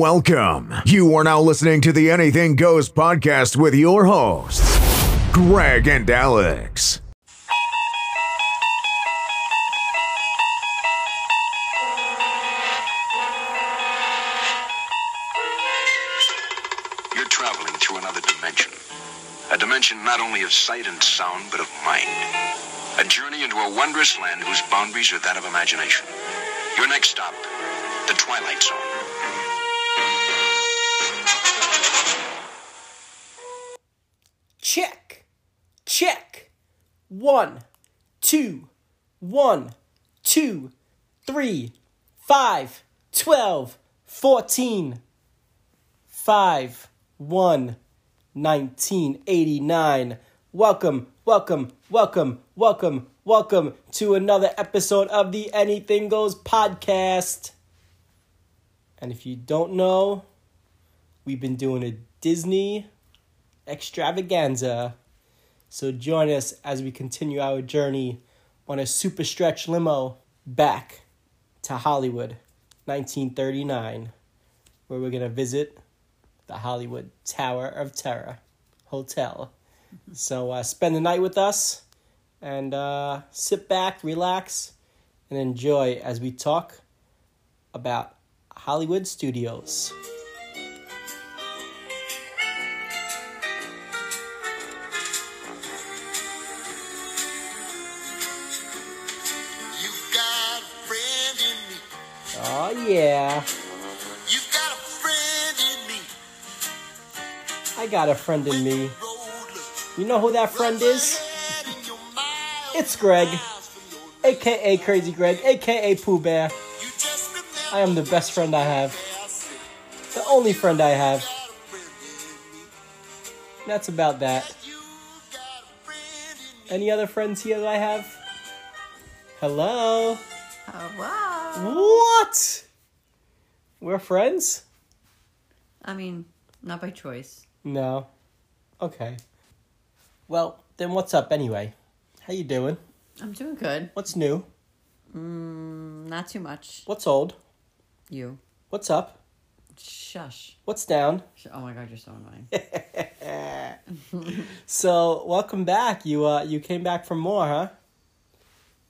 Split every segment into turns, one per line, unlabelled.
Welcome. You are now listening to the Anything Goes podcast with your hosts, Greg and Alex.
You're traveling through another dimension. A dimension not only of sight and sound, but of mind. A journey into a wondrous land whose boundaries are that of imagination. Your next stop, the Twilight Zone.
Check. Check. One, two, one, two, three, five, twelve, fourteen, five, one, nineteen eighty-nine. Welcome, welcome, welcome, welcome, welcome to another episode of the Anything Goes podcast. And if you don't know, we've been doing a Disney extravaganza. So join us as we continue our journey on a super stretch limo back to Hollywood, 1939, where we're going to visit the Hollywood Tower of Terror Hotel. So uh, spend the night with us and uh, sit back, relax, and enjoy as we talk about Hollywood Studios.
You've got a friend in me.
Oh, yeah.
You've got a friend in me.
I got a friend in me.
Roller.
You know who that friend is?
Head in your mouth.
It's Greg,
Miles from your lips.
aka Crazy Greg, aka Pooh Bear.
You just remember
I am the best friend I have,
I said,
the only friend I have.
got a friend in me.
That's about that.
You've got a friend in me.
Any other friends here that I have? Hello?
Hello.
What? We're friends?
I mean, not by choice.
No. Okay. Well, then what's up anyway? How you doing?
I'm doing good.
What's new?
Not too much.
What's old?
You.
What's up?
Shush.
What's down?
Sh- Oh my god, you're so annoying.
So, welcome back. You uh you came back for more, huh?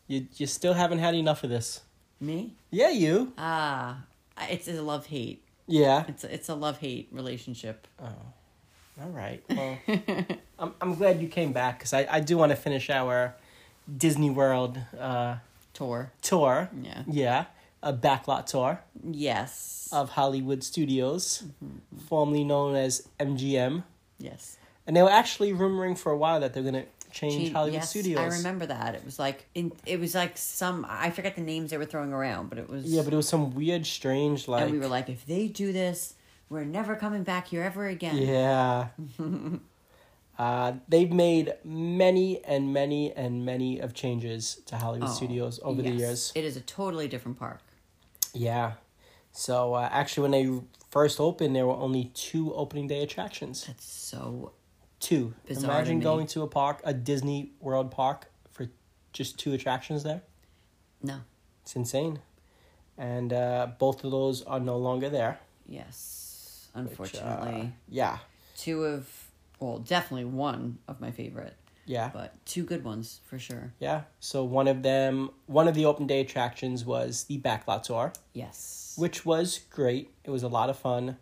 You you still haven't had enough of this.
Me?
Yeah, you.
Ah, I- it's a love hate.
Yeah.
It's a, it's a love hate relationship.
All right. Well, I'm I'm glad you came back because I I do want to finish our Disney World uh,
Tour.
tour.
Yeah.
Yeah, a backlot tour
Yes.
of Hollywood Studios,
Mm-hmm.
formerly known as MGM,
yes.
and they were actually rumoring for a while that they're gonna change
Gee,
Hollywood
yes,
Studios.
I remember that. It was like in. It was like some. I forget the names they were throwing around, but it was.
Yeah, but it was some weird, strange like.
and we were like, if they do this, we're never coming back here ever again.
Yeah. uh, they've made many and many and many of changes to Hollywood
Oh,
Studios over the
yes.
years.
It is a totally different park.
Yeah. So uh, actually, when they first opened, there were only two opening day attractions.
That's so
Two.
Bizarre to
Imagine
me.
going to a park, a Disney World park, for just two attractions there.
no.
It's insane. And uh, both of those are no longer there.
Yes,
which, uh,
unfortunately,
yeah.
two of well, definitely one of my favorite,
Yeah.
but two good ones for sure.
Yeah. So one of them, one of the open day attractions was the Backlot Tour.
Yes,
which was great. It was a lot of fun.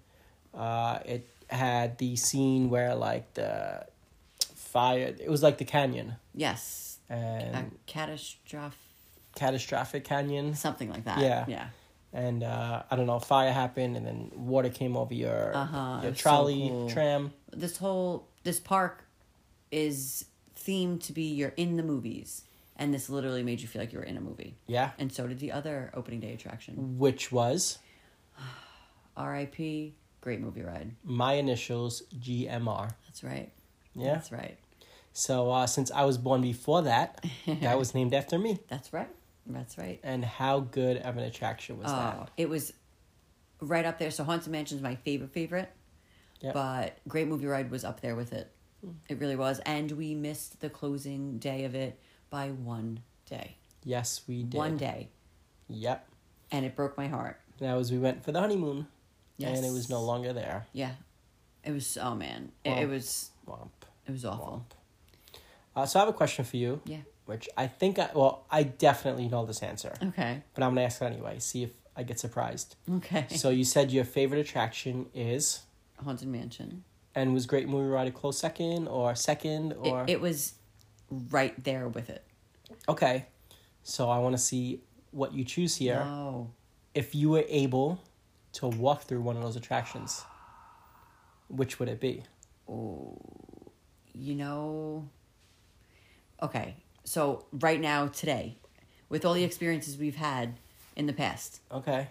Uh, it had the scene where like the fire. It was like the canyon
yes,
and
a catastrophe,
catastrophic canyon,
something like that.
Yeah.
yeah,
and uh, I don't know, fire happened, and then water came over your
Uh-huh, it
your
was so
trolley
cool.
tram.
this whole this park is themed to be you're in the movies, and this literally made you feel like you were in a movie.
Yeah,
And so did the other opening day attraction,
which was
R.I.P. Great movie ride.
my initials GMR.
That's right.
Yeah.
that's right.
So uh, since I was born before that, that was named after me.
That's right. That's right.
And how good of an attraction was
Oh,
that?
it was right up there. So Haunted Mansion's my favorite favorite,
Yep.
but Great Movie Ride was up there with it.
Hmm.
It really was, and we missed the closing day of it by one day.
Yes, we did.
One day,
Yep.
and it broke my heart.
That was we went for the honeymoon. and it was no longer there.
Yeah. It was oh man. It, it
Well-
was
Womp.
it was awful.
Uh, so I have a question for you.
Yeah.
Which I think I well I definitely know this answer,
Okay.
but I'm gonna ask it anyway. See if I get surprised.
Okay.
So you said your favorite attraction is,
Haunted Mansion.
and was Great Movie Ride a close second or second or
It, it was right there with it.
okay. So I want to see what you choose here.
Oh.
If you were able to walk through one of those attractions, which would it be?
You know. Okay. So right now today, with all the experiences we've had in the past,
Okay.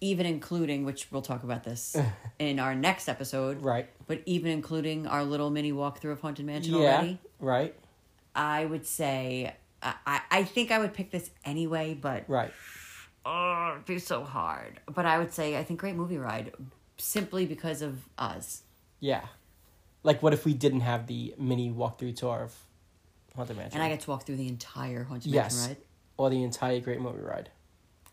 even including which we'll talk about this in our next episode.
Right.
But even including our little mini walkthrough of Haunted Mansion
yeah.
already.
Right.
I would say I, I I think I would pick this anyway, but
Right.
oh, it'd be so hard. But I would say I think Great Movie Ride simply because of Oz.
Yeah. Like, what if we didn't have the mini walkthrough tour of Haunted Mansion?
And I get to walk through the entire Haunted
yes,
Mansion ride.
or the entire Great Movie Ride.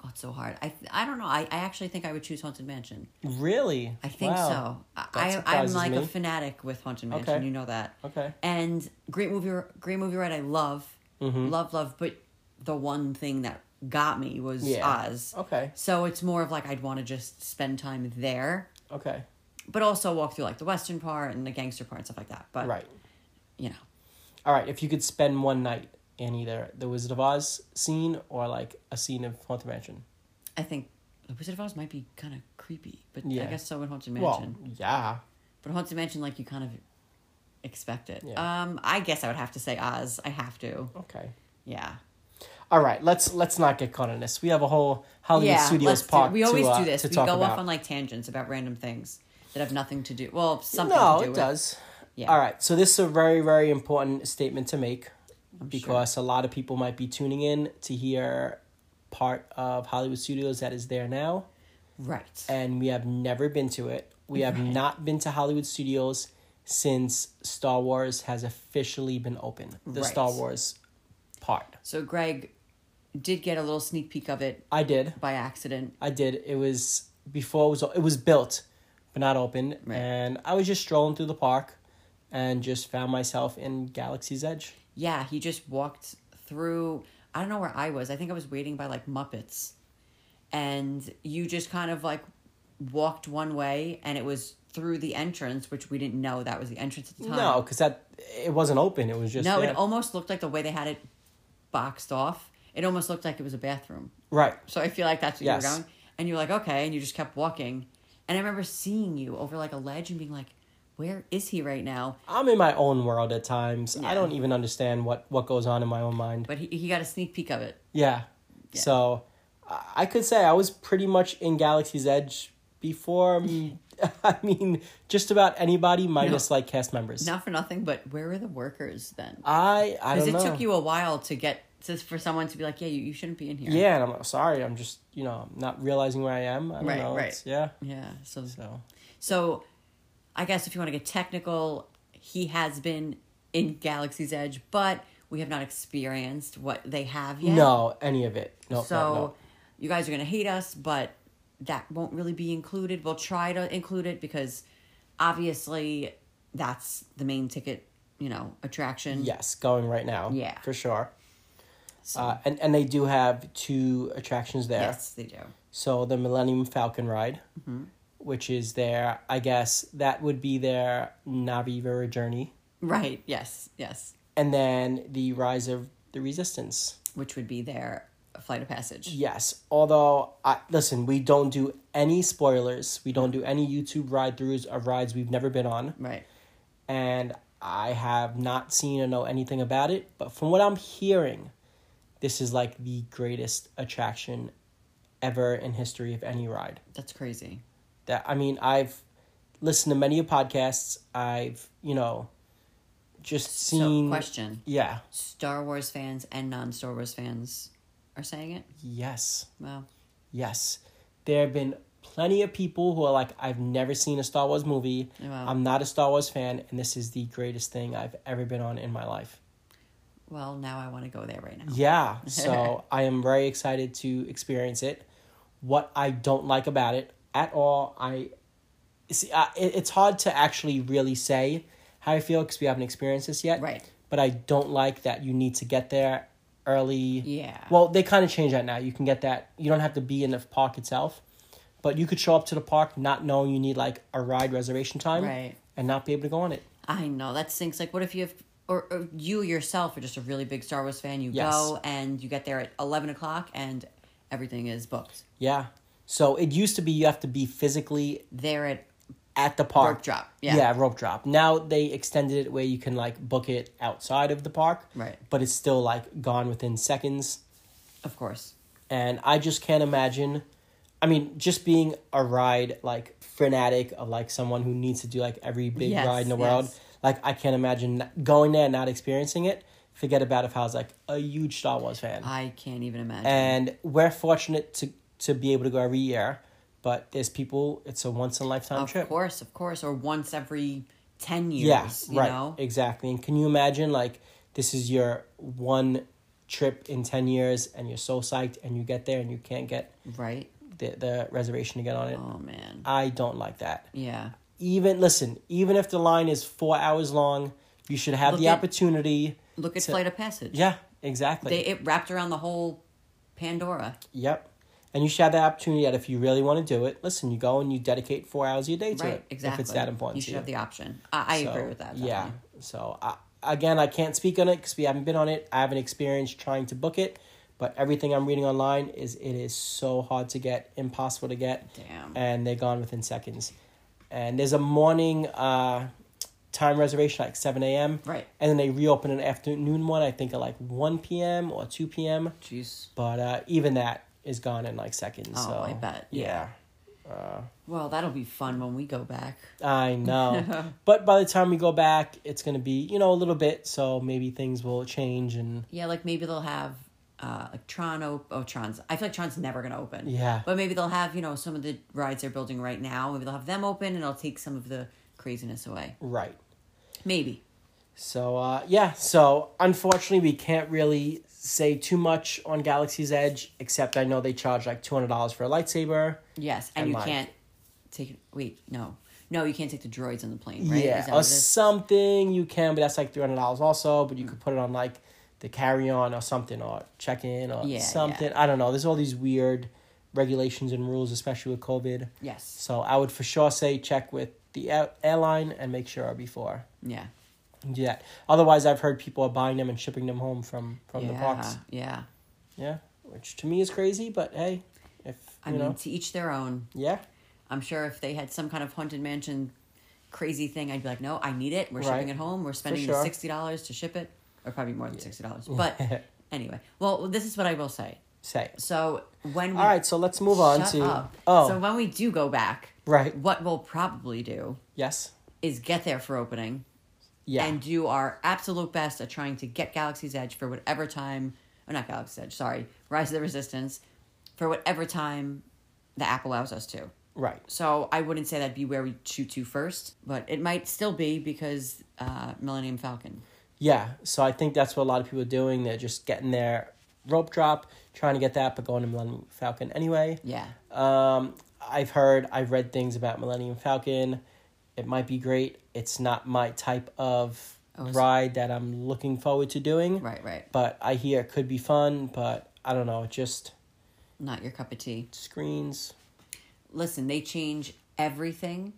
Oh, it's so hard. I I don't know. I, I actually think I would choose Haunted Mansion.
Really?
I think
Wow.
so.
That
I I'm
surprises
like a
me.
fanatic with Haunted Mansion.
Okay.
You know that.
Okay.
And Great Movie Great Movie Ride I love.
Mm-hmm.
Love love but the one thing that got me was
Yeah.
Oz.
Okay.
So it's more of like I'd want to just spend time there,
Okay.
but also walk through like the western part and the gangster part and stuff like that. But
Right.
you know,
All right. If you could spend one night in either the Wizard of Oz scene or like a scene of Haunted Mansion.
I think the Wizard of Oz might be kind of creepy, but I
Yeah.
guess so would Haunted
Well,
Mansion.
yeah.
But Haunted Mansion, like you kind of expect it.
Yeah. Oh.
Um, I guess I would have to say Oz. I have to.
Okay.
Yeah.
All right. Let's let's not get caught in this. We have a whole Hollywood
yeah.
Studios
let's
park.
do, we always
to, uh,
do this.
To
We go
talk about.
off on like tangents about random things that have nothing to do. Well, something
no,
to do
it
with.
does.
Yeah.
All right. So this is a very, very important statement to make because a lot of people might be tuning in to hear part of Hollywood Studios that is there now,
Right.
and we have never been to it. We have not been to Hollywood Studios since Star Wars has officially been open. The
Right.
Star Wars part.
So Greg did get a little sneak peek of it
I did.
by accident.
I did. It was before it was it was built, but not open.
Right.
And I was just strolling through the park, and just found myself in Galaxy's Edge.
Yeah, he just walked through. I don't know where I was. I think I was waiting by like Muppets. And you just kind of like walked one way and it was through the entrance, which we didn't know that was the entrance at the time.
No, because that it wasn't open. It was just
No,
there.
it almost looked like the way they had it boxed off. It almost looked like it was a bathroom.
right.
So I feel like that's what you were
Yes.
going. And you're like, okay, and you just kept walking. And I remember seeing you over like a ledge and being like, where is he right now?
I'm in my own world at times.
Yeah.
I don't even understand what what goes on in my own mind.
But he, he got a sneak peek of it.
yeah. So I I could say I was pretty much in Galaxy's Edge before. mm, I mean, just about anybody minus like cast members.
Not for nothing, but where were the workers then?
I I
Because
don't
it
know.
took you a while to get to, for someone to be like, yeah, you, you shouldn't be in here.
yeah, and I'm like, sorry. I'm just you know not realizing where I am. I don't
Right,
know.
right.
It's- yeah.
Yeah. So, so,
So
I guess if you want to get technical, he has been in Galaxy's Edge, but we have not experienced what they have yet.
no, any of it. No. no,
So
no.
you guys are going to hate us, but that won't really be included. We'll try to include it because obviously that's the main ticket, you know, attraction.
Yes, going right now.
Yeah.
for sure. Uh, and and they do have two attractions there.
Yes, Mm-hmm. they do.
So the Millennium Falcon ride, which is their, I guess that would be their Navi journey,
Right. Yes. Yes.
and then the Rise of the Resistance.
which would be their flight of passage.
Yes, although I listen, we don't do any spoilers. We don't do any YouTube ride throughs of rides we've never been on,
Right.
and I have not seen or know anything about it. But from what I'm hearing, this is like the greatest attraction ever in history of any ride.
That's crazy.
that I mean, I've listened to many podcasts. I've you know, just seen
So, question.
Yeah.
Star Wars fans and non Star Wars fans are saying it?
Yes.
Well,
Yes. There have been plenty of people who are like, I've never seen a Star Wars movie.
Wow.
I'm not a Star Wars fan, and this is the greatest thing I've ever been on in my life.
well, now I want to go there right now.
Yeah. So I am very excited to experience it. What I don't like about it, at all. I see. I, it, it's hard to actually really say how I feel because we haven't experienced this yet.
Right.
But I don't like that you need to get there early.
Yeah.
Well, they kind of change that now. You can get that. You don't have to be in the park itself, but you could show up to the park not knowing you need like a ride reservation time,
Right.
And not be able to go on it.
I know that stinks. Like, what if you have, or, or you yourself are just a really big Star Wars fan? You
Yes.
go and you get there at eleven o'clock, and everything is booked.
Yeah. So it used to be you have to be physically
There at
at the park.
Rope drop, yeah.
rope drop. Now they extended it where you can like book it outside of the park.
Right.
But it's still like gone within seconds.
of course,
And I just can't imagine I mean, just being a ride like fanatic of like someone who needs to do like every big
Yes,
ride in the world.
yes.
Like I can't imagine n- going there and not experiencing it. Forget about if I was like a huge Star Wars fan.
I can't even imagine.
and we're fortunate to to be able to go every year, but there's people it's a once in a lifetime
of
trip.
course, of course, or once every ten years.
Yes,
you
right.
know?
Exactly. And can you imagine like this is your one trip in ten years, and you're so psyched, and you get there and you can't get
right.
the the reservation to get on it.
Oh man.
I don't like that.
yeah.
Even listen, even if the line is four hours long, you should have
Look
the
at-
opportunity.
Look at
to-
Flight of Passage.
Yeah, exactly.
They it wrapped around the whole Pandora.
yep. And you should have the opportunity that if you really want to do it, listen, you go and you dedicate four hours of your day to
Right.
it.
Exactly.
If it's that important
You
to
should have the option. I, I agree
So,
with that.
Yeah.
definitely.
So I, again, I can't speak on it because we haven't been on it. I haven't experienced trying to book it, but everything I'm reading online is it is so hard to get, impossible to get,
Damn.
and they're gone within seconds. And there's a morning uh, time reservation like seven a.m.
Right.
and then they reopen an afternoon one. I think at like one p.m. or two p.m.
Jeez.
But uh, even that is gone in like seconds.
Oh,
so,
I bet,
yeah.
Well, that'll be fun when we go back.
I know. but by the time we go back, it's going to be, you know, a little bit. So maybe things will change and
Yeah, like maybe they'll have uh, like Tron. Op- oh, Tron's. I feel like Tron's never gonna open.
Yeah.
But maybe they'll have you know some of the rides they're building right now. Maybe they'll have them open, and it'll take some of the craziness away.
right.
Maybe.
So, uh, yeah. So unfortunately, we can't really say too much on Galaxy's Edge, except I know they charge like $200 for a lightsaber.
Yes, and,
And,
you
like-
can't take. Wait, no, no, you can't take the droids on the plane, right? Is
Yeah. Oh,
that
Or
what it is? Hmm.
something you can, but that's like $300 also. But you could put it on like the carry on or something or check in or
Yeah, yeah.
something. I don't know. There's all these weird regulations and rules, especially with COVID.
Yes.
So I would for sure say check with the air- airline and make sure before
Yeah.
you do that. Otherwise, I've heard people are buying them and shipping them home from from
yeah.
the parks.
Yeah.
Yeah, which to me is crazy, but hey, if
I
you
mean,
know,
to each their own.
yeah,
I'm sure if they had some kind of haunted mansion, crazy thing, I'd be like, no, I need it. We're
Right.
shipping it home. We're spending
sure.
the sixty dollars to ship it, or probably more than sixty dollars. But anyway, well, this is what I will say.
say.
So when we
All right, so let's move on
shut
to
up.
oh
so when we do go back,
Right.
What we'll probably do
yes,
is get there for opening.
yeah,
and do our absolute best at trying to get Galaxy's Edge for whatever time, or not Galaxy's Edge, sorry, Rise of the Resistance, for whatever time the app allows us to.
right,
So I wouldn't say that'd be where we shoot to first, but it might still be because uh, Millennium Falcon.
yeah. So I think that's what a lot of people are doing. They're just getting their rope drop, trying to get that, but going to Millennium Falcon anyway.
Yeah.
Um, I've heard, I've read things about Millennium Falcon. It might be great. It's not my type of
Oh, is-
ride that I'm looking forward to doing.
Right, right.
But I hear it could be fun, but I don't know. It just
Not your cup of tea.
screens.
listen, they change everything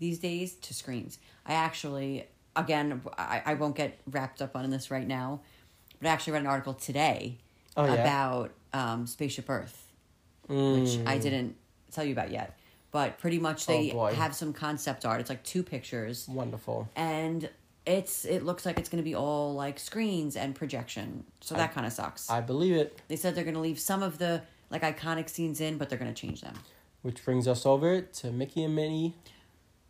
these days to screens. I actually, again, I, I won't get wrapped up on this right now, but I actually read an article today
Oh, yeah?
about um, Spaceship Earth, which I didn't tell you about yet. But pretty much they
Mm. Oh, boy.
have some concept art. It's like two pictures,
Wonderful.
and it's it looks like it's going to be all like screens and projection. So that kind of sucks.
I believe it.
they said they're going to leave some of the like iconic scenes in, but they're going to change them.
Which brings us over to Mickey and Minnie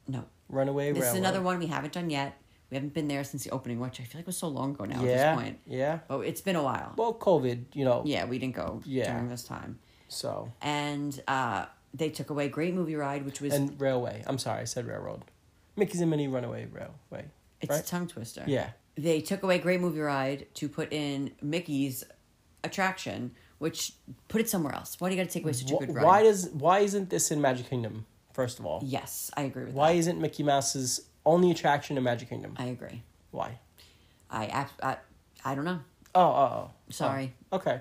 No,
Runaway
This
Railroad.
is another one we haven't done yet. We haven't been there since the opening, which I feel like was so long ago now
Yeah,
at this point.
yeah.
But it's been a while.
Well, COVID, you know.
yeah, we didn't go
Yeah.
during this time.
So
And uh, they took away Great Movie Ride, which was
and railway. I'm sorry, I said railroad. Mickey's and Minnie Runaway Railway.
it's
right?
a tongue twister.
Yeah.
They took away Great Movie Ride to put in Mickey's attraction, Which put it somewhere else. Why do you got to take away such a good
Wh-
run?
Why does why isn't this in Magic Kingdom? First of all,
yes, I agree with
why
that.
isn't Mickey Mouse's only attraction in Magic Kingdom?
I agree.
why?
I, ab- I I don't know.
Oh, oh, oh.
Sorry.
Okay.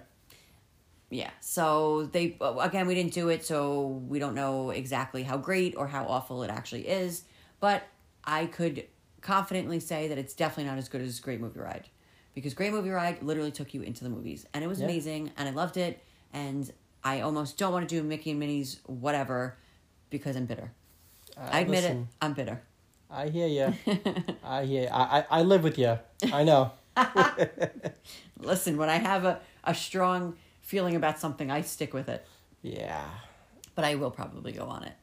Yeah. So they uh, again, we didn't do it, so we don't know exactly how great or how awful it actually is. But I could confidently say that it's definitely not as good as Great Movie Ride, because Great Movie Ride literally took you into the movies, and it was amazing, and I loved it, and I almost don't want to do Mickey and Minnie's whatever, because I'm bitter. I admit it.
listen.
I'm bitter.
I hear you. I hear. You. I, I I live with you. I know.
Listen, when I have a, a strong feeling about something, I stick with it.
Yeah.
But I will probably go on it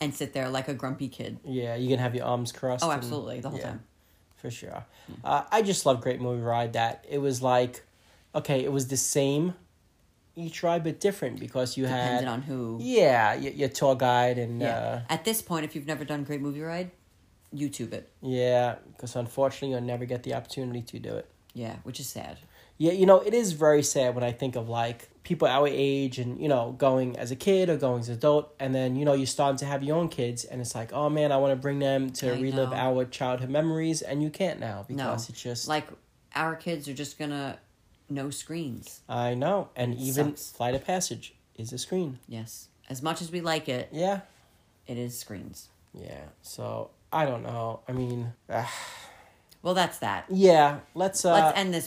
and sit there like a grumpy kid.
Yeah. You can have your arms crossed.
Oh,
and-
absolutely, the whole
yeah,
time. Hmm.
For sure. Uh, I just love Great Movie Ride. That it was like, okay, it was the same each ride but different because you had
Depending on who.
yeah your, your tour guide and yeah. Uh,
At this point, if you've never done Great Movie Ride, YouTube it.
Yeah, because unfortunately, you'll never get the opportunity to do it.
Yeah, which is sad.
Yeah, you know, it is very sad when I think of like people our age and, you know, going as a kid or going as an adult. And then, you know, you're starting to have your own kids. And it's like, oh man, I want to bring them to
I
relive
know.
our childhood memories. And you can't now
No,
because it's just
like our kids are just gonna no screens.
I know. And even
sucks.
Flight of Passage is a screen.
Yes, as much as we like it,
Yeah.
it is screens.
Yeah. So I don't know. I mean, ah,
Well, that's that.
yeah, let's. Uh,
Let's end this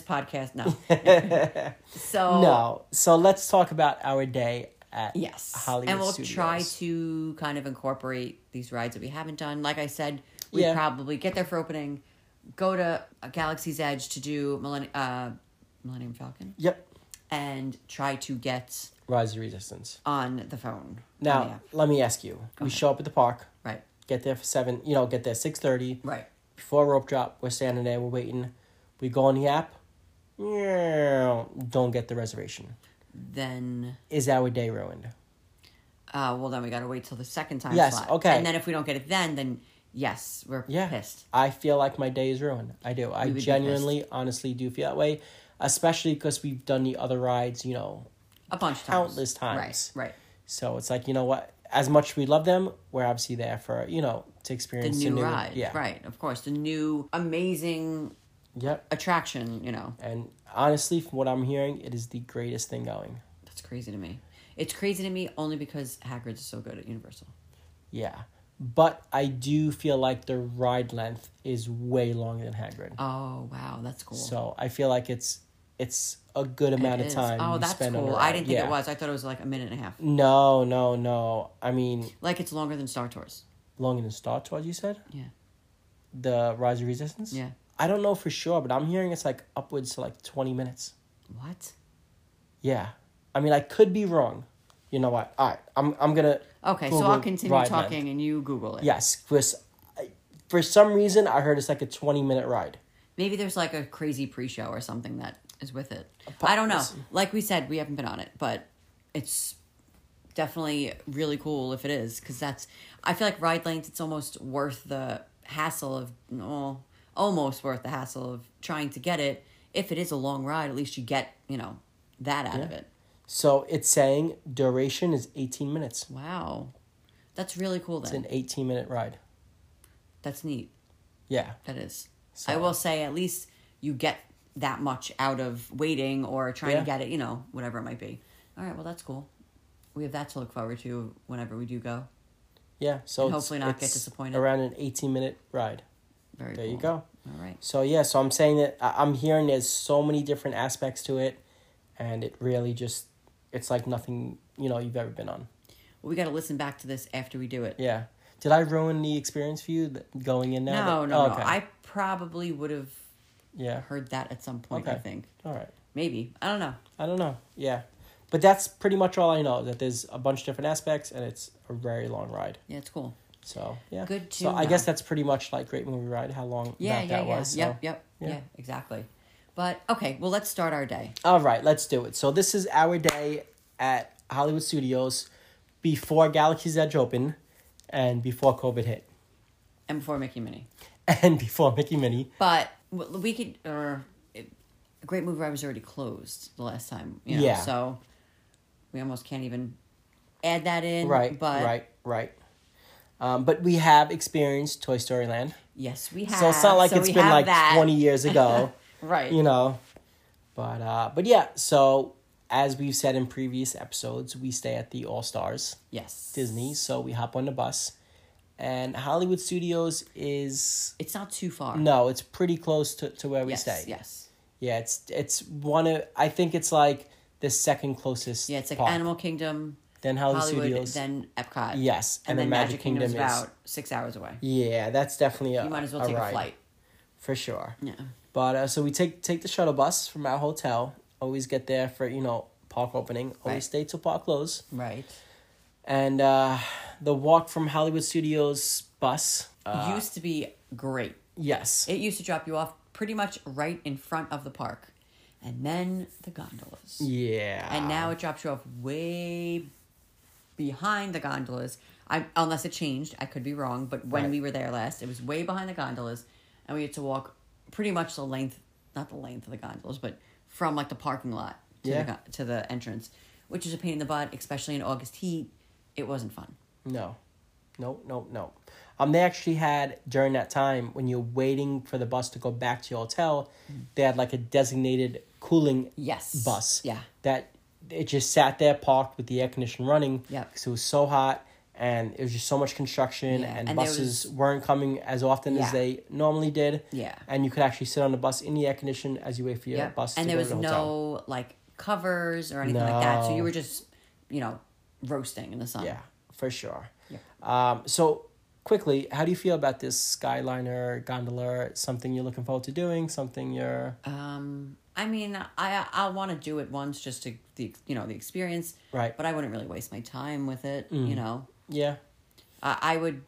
podcast. No. so
No. So let's talk about our day at
Yes.
Hollywood
and we'll
Studios.
try to kind of incorporate these rides that we haven't done. Like I said, we
Yeah.
probably get there for opening, go to uh, Galaxy's Edge to do Millennium, uh, Millennium Falcon,
Yep.
and try to get
Rise of Resistance.
on the phone.
Now,
Oh, yeah.
let me ask you. we show up at the park,
Right.
get there for seven. You know, get there six thirty.
Right.
Before rope drop, we're standing there, we're waiting. We go on the app. Yeah, don't get the reservation.
Then,
Is our day ruined?
uh, well, then we got to wait till the second time
Yes,
slot.
okay.
And then if we don't get it then, then yes, we're
Yeah,
pissed.
I feel like my day is ruined. I do. I
would be
genuinely, honestly do feel that way, especially because we've done the other rides. You know,
A bunch of times.
Countless times.
Right. Right.
so it's like you know what. As much as we love them, we're obviously there for you know to
The
experience
new, ride.
Yeah,
Right. Of course. The new amazing
Yep.
attraction, you know.
And honestly, from what I'm hearing, it is the greatest thing going.
That's crazy to me. It's crazy to me only because Hagrid's is so good at Universal.
Yeah. But I do feel like the ride length is way longer than Hagrid.
Oh wow, that's cool.
so I feel like it's it's a good amount
It
of
is.
time.
Oh,
you
that's
spend on a
cool. I
ride.
didn't think
Yeah.
it was. I thought it was like a minute and a half.
No, no, no. I mean,
Like it's longer than Star Tours.
longer than Star Wars, you said?
Yeah.
The Rise of Resistance?
Yeah.
I don't know for sure, but I'm hearing it's like upwards to like 20 minutes.
What?
Yeah. I mean, I could be wrong. You know what? All right. I'm, I'm going to.
Okay, so I'll continue talking and you Google it.
Yes, Chris. I- For some reason, I heard it's like a twenty-minute ride.
Maybe there's like a crazy pre-show or something that is with it. I don't know. Like we said, we haven't been on it, but it's definitely really cool if it is because that's. I feel like ride length. It's almost worth the hassle of no, almost worth the hassle of trying to get it. If it is a long ride, at least you get you know that out of it.
So it's saying duration is eighteen minutes.
Wow, that's really cool.
It's
Then
an eighteen-minute ride.
that's neat.
Yeah,
That is.
So-
I will say at least you get that much out of waiting or trying
Yeah.
to get it, you know, whatever it might be. All right, well that's cool. We have that to look forward to whenever we do go.
yeah. So
And
it's-
hopefully not get
it's
disappointed.
Around an eighteen-minute ride.
Very
There you
cool.
go.
All right.
So yeah, so I'm saying that I- I'm hearing there's so many different aspects to it, and it really just it's like nothing you know you've ever been on.
Well, we got to listen back to this after we do it.
Yeah. Did I ruin the experience for you that- going in now?
No,
That-
no,
oh,
no. I probably would have
yeah.
heard that at some point, I
Okay.
think.
All right.
Maybe. I don't know.
I don't know. Yeah. But that's pretty much all I know that there's a bunch of different aspects and it's a very long ride.
Yeah, it's cool.
So, yeah.
Good
So,
to
I guess
know.
that's pretty much like Great Movie Ride, how long
Yeah,
that,
yeah,
that
yeah.
was. so-
yep, yep.
yeah.
Yeah. exactly. But okay, well let's start our day.
All right, let's do it. So, this is our day at Hollywood Studios before Galaxy's Edge opened and before COVID hit
And before Mickey Minnie.
and before Mickey Minnie.
But w- we could, or it, Great Movie Ride was already closed the last time. You know,
Yeah.
So we almost can't even add that in.
Right,
But
right, right. Um, but we have experienced Toy Story Land,
yes, we have.
so it's not like
it's
it's been like twenty years ago.
Right.
you know but uh but yeah so as we've said in previous episodes we stay at the all stars
Yes.
disney so we hop on the bus and hollywood studios is
It's not too far.
no it's pretty close to, to where we
Yes.
stay
Yes.
yeah it's it's one of i think it's like the second closest
Yeah, it's like
park.
Animal Kingdom,
then hollywood,
Hollywood,
studios
then Epcot.
Yes,
And, then Magic Kingdom,
is-
about six hours away.
yeah that's definitely a
You might as well take
ride,
a flight.
for sure
Yeah.
But uh, so we take take the shuttle bus from our hotel. Always get there for you know park opening. Always
Right.
stay till park close.
Right.
And uh, the walk from Hollywood Studios bus. Uh,
used to be great.
yes,
It used to drop you off pretty much right in front of the park. And then the gondolas.
yeah.
And now it drops you off way behind the gondolas. I unless it changed, I could be wrong, but when
Right.
we were there last, it was way behind the gondolas and we had to walk pretty much the length not the length of the gondolas, but from like the parking lot to
Yeah.
the go- to the entrance, which is a pain in the butt, especially in August heat. It wasn't fun.
no, no, no, no. Um, they actually had during that time when you're waiting for the bus to go back to your hotel, they had like a designated cooling
Mm. Yes.
bus.
Yeah.
That it just sat there parked with the air conditioner running.
Yep.
Because it was so hot and it was just so much construction
Yeah,
and,
and there
buses
was-
weren't coming as often as
Yeah.
they normally did.
Yeah.
And you could actually sit on the bus in the air condition as you wait for your
Yeah,
bus
and
to
there
go
was
to the hotel.
no like covers or anything like that. So
No.
you were just, you know, roasting in the sun.
Yeah, for sure. Um, so quickly, how do you feel about this Skyliner gondola? Something you're looking forward to doing? Something you're
Um, I mean, I I want to do it once just to the you know the experience.
Right. Mm.
But I wouldn't really waste my time with it. You know,
yeah.
I, I would.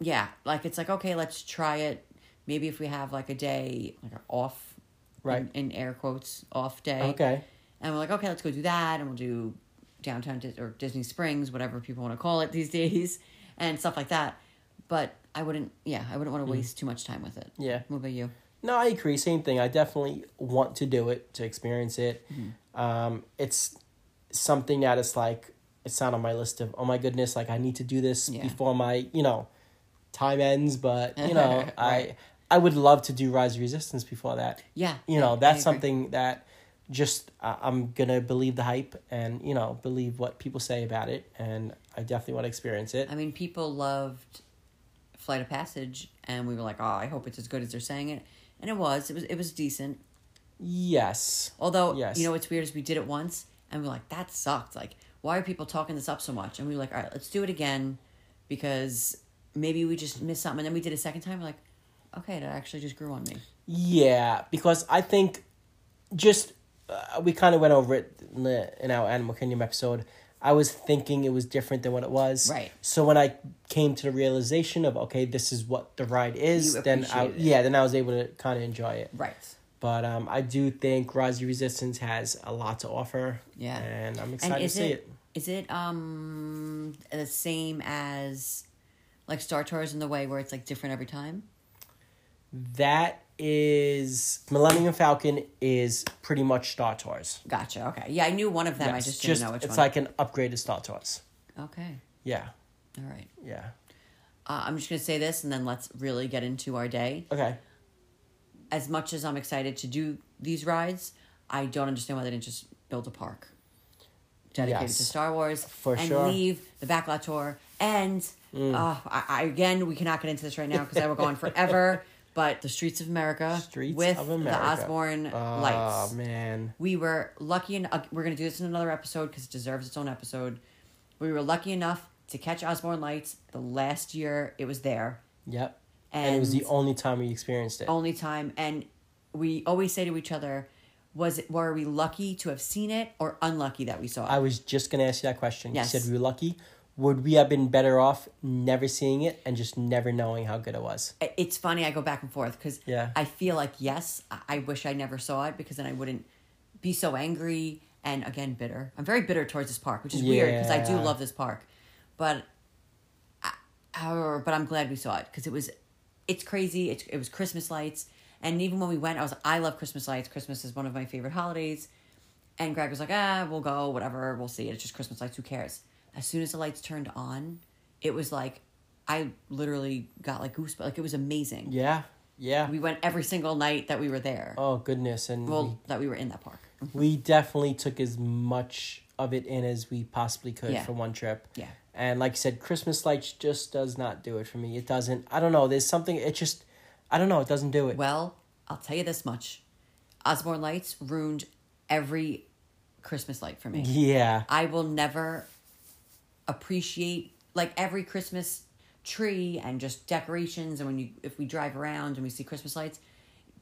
Yeah, like it's like okay, let's try it. Maybe if we have like a day like an off,
Right.
In, in air quotes, off day.
Okay.
And we're like, okay, let's go do that, and we'll do downtown Dis- or Disney Springs, whatever people want to call it these days, and stuff like that. But I wouldn't, yeah, I wouldn't want to waste too much time with it.
Hmm. Yeah.
What about you?
No, I agree. Same thing. I definitely want to do it to experience it.
Mm-hmm.
Um, it's something that is like it's not on my list of oh my goodness, like I need to do this
Yeah.
before my you know time ends. But you know, I
Right.
I would love to do Rise of Resistance before that.
Yeah,
you
I-
know
I
that's
agree.
something that just uh, I'm gonna believe the hype and you know believe what people say about it, and I definitely want to experience it.
I mean, people loved Flight of Passage, and we were like, oh, I hope it's as good as they're saying it, and it was. It was. It was decent.
yes.
Although,
Yes.
you know, what's weird is we did it once, and we were like, that sucked. Like, why are people talking this up so much? And we were like, all right, let's do it again, because maybe we just missed something. And then we did a second time. We're like, okay, that actually just grew on me.
Yeah, because I think just uh, we kind of went over it in, the, in our Animal Kingdom episode. I was thinking it was different than what it was.
Right.
So when I came to the realization of okay, this is what the ride is,
You
then I
appreciated it.
yeah, then I was able to kind of enjoy it.
Right.
But um, I do think Rise of Resistance has a lot to offer.
Yeah.
And I'm excited
And
to
is
see
it
it.
is it um the same as like Star Tours in the way where it's like different every time?
That is Millennium Falcon is pretty much Star Tours.
Gotcha. Okay. Yeah, I knew one of them. I
Yes,
just didn't know which
it's
one.
like an upgraded Star Tours.
okay.
Yeah.
All right.
Yeah.
Uh, I'm just gonna say this, and then let's really get into our day.
Okay.
as much as I'm excited to do these rides, I don't understand why they didn't just build a park dedicated
Yes.
to Star Wars
For
and
sure. Mm.
leave the backlot tour. And uh, I, I, again, we cannot get into this right now because I will go on forever. But the Streets of America
Streets
with
of America.
the Osborne lights.
Oh man.
We were lucky enough. We're going to do this in another episode because it deserves its own episode. We were lucky enough to catch Osborne lights the last year it was there.
Yep. And, it was the
And- Oh.
only time we experienced it.
only time and we always say to each other was it were we lucky to have seen it or unlucky that we saw it
I was just gonna ask you that question.
Yes.
You said we were lucky. Would we have been better off never seeing it and just never knowing how good it was?
I- it's funny i go back and forth because
Yeah.
i feel like yes I- i wish i never saw it because then i wouldn't be so angry and again bitter i'm very bitter towards this park which is weird because i do
Yeah.
love this park but I, or, but i'm glad we saw it because it was it's crazy it, it was christmas lights and even when we went i was i love christmas lights christmas is one of my favorite holidays And Greg was like, ah, we'll go, whatever, we'll see. It's just Christmas lights, who cares? As soon as the lights turned on, it was like, I literally got like goosebumps. Like, it was amazing.
Yeah. Yeah.
We went every single night that we were there.
oh goodness, and
well, mm-hmm. that we were in that park.
we definitely took as much of it in as we possibly could
Yeah.
for one trip.
Yeah.
And like I said, Christmas lights just does not do it for me. It doesn't. I don't know. There's something. It just. I don't know. It doesn't do it.
Well, I'll tell you this much Osborne Lights ruined every Christmas light for me.
yeah.
I will never appreciate like every Christmas tree and just decorations and when you if we drive around and we see Christmas lights,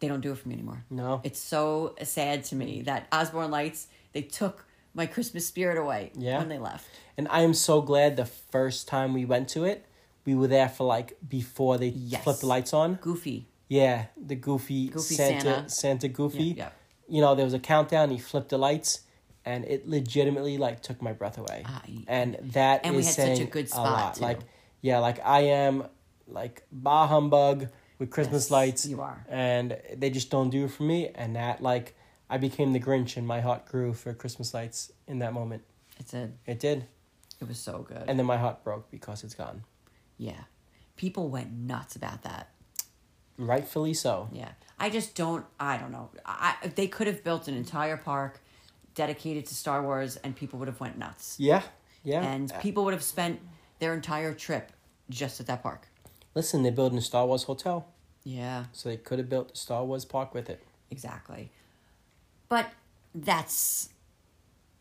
they don't do it for me anymore.
No.
It's so sad to me that Osborne Lights they took my Christmas spirit away
Yeah.
when they left.
And I am so glad the first time we went to it, we were there for like before they
Yes.
flipped the lights on.
Goofy.
Yeah, the goofy,
Goofy
Santa, Santa
Santa.
Goofy.
Yeah, yeah.
You know, there was a countdown. He flipped the lights, and it legitimately like took my breath away.
I-
and that
Ah, and we
is
had such a
saying
good spot, too.
Like, yeah, like I am like bah humbug with Christmas
Yes,
lights.
you are.
and they just don't do it for me. And that like I became the Grinch, and my heart grew for Christmas lights in that moment.
It's a
It did,
it was so good.
and then my heart broke because it's gone.
yeah. People went nuts about that.
Rightfully so.
Yeah. I just don't I don't know. I they could have built an entire park dedicated to Star Wars and people would have went nuts.
Yeah, yeah.
and people would have spent their entire trip just at that park.
Listen, they're building a Star Wars hotel.
Yeah,
So they could have built Star Wars Park with it.
exactly. But that's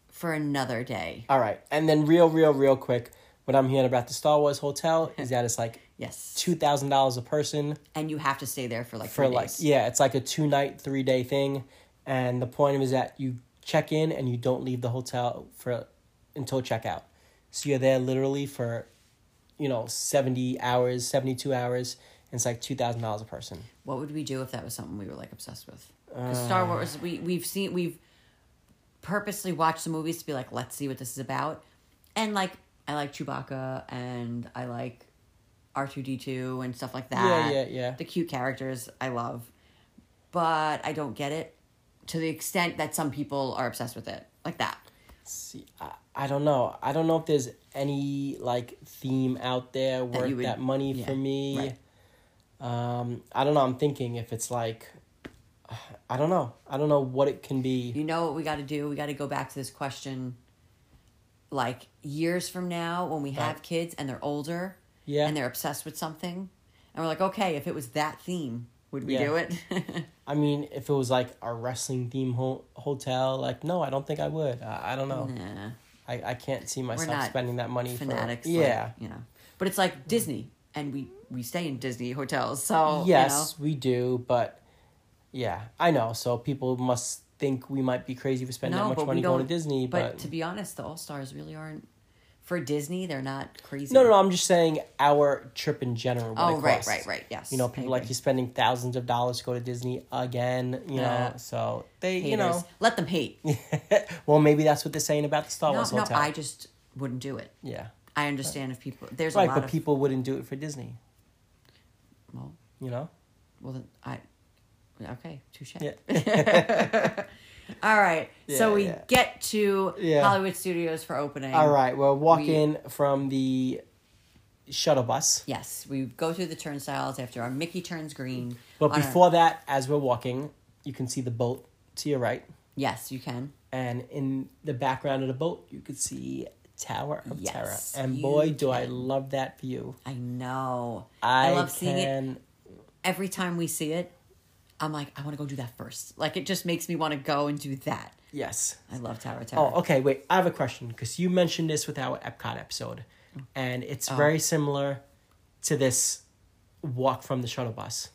for another day.
All right. And then, real, real, real quick, what I'm hearing about the Star Wars Hotel is that it's like
Yes,
$2,000 a person
and you have to stay there for like
for
three
like,
days.
yeah, it's like a two night, three day thing. And the point is that you check in and you don't leave the hotel for until checkout. So you're there literally for, you know, 70 hours, 72 hours. And it's like $2,000 a person.
What would we do if that was something we were like obsessed with? 'Cause Star
Uh.
Wars, we we've seen we've purposely watched the movies to be like, let's see what this is about, and like I like Chewbacca and I like R two D two and stuff like that.
yeah, yeah.
The cute characters I love, but I don't get it to the extent that some people are obsessed with it like that.
See, I, I don't know. I don't know if there's any like theme out there worth that,
you would-
money
yeah,
for me.
right.
Um, I don't know. I'm thinking if it's like, I don't know. I don't know what it can be.
You know what we got to do? We got to go back to this question like years from now when we have
Right.
kids and they're older
Yeah.
and they're obsessed with something. And we're like, okay, if it was that theme, would we
Yeah.
do it?
I mean, if it was like a wrestling theme ho- hotel, like no, I don't think I would. I, I don't know.
nah,
I, I can't see
we're
myself
not
spending that money
fanatics.
for.
like,
Yeah.
you know, but it's like Disney and we, we stay in Disney hotels. So, you
yes, we do, but yeah, I know. So people must think we might be crazy for
know,
spending
no,
that
but
much money
we
going
don't-
to Disney, but,
to be honest, the All Stars really aren't for Disney. They're not crazy.
No, no, no, I'm just saying our trip in general. what
Oh,
it
right,
costs.
right, right, yes,
You know,
I
people like
agree.
you spending thousands of dollars to go to Disney again. You know,
Yeah.
so they,
Haters.
you know,
let them hate. no,
well, maybe that's what they're saying about the Star
no,
Wars hotel.
I just wouldn't do it.
yeah,
I understand if people there's a
right,
lot
but
of
people wouldn't do it for Disney.
Well,
You know,
well then I okay, touche.
Yeah.
All right.
Yeah,
so we
yeah.
get to
Yeah.
Hollywood Studios for opening.
all right, we're walking from the shuttle bus.
Yes, we go through the turnstiles after our Mickey turns green.
But
on our-
before that, as we're walking, you can see the boat to your right,
yes, you can.
and in the background of the boat, you could see Tower of
Yes,
Terror. And
you
boy, do I
can.
love that view.
I know.
I,
love
can,
seeing it. Every time we see it, I'm like, I want to go do that first. Like it just makes me want to go and do that.
Yes.
I love Tower of Terror.
Oh, okay. Wait, I have a question because you mentioned this with our Epcot episode, and
Oh.
it's very similar to this walk from the shuttle bus.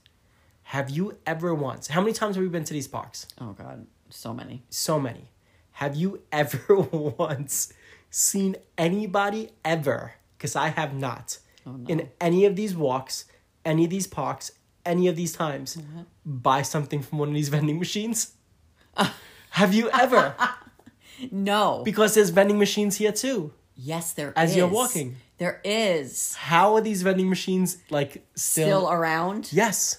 Have you ever once? How many times have we been to these parks?
oh god, so many.
So many. Have you ever once seen anybody ever? Because I have not
Oh,
in any of these walks, any of these parks, any of these times,
Mm-hmm.
buy something from one of these vending machines. have you ever?
No.
Because there's vending machines here too.
yes, there is.
As you're walking.
There is
How are these vending machines like still?
still around.
yes,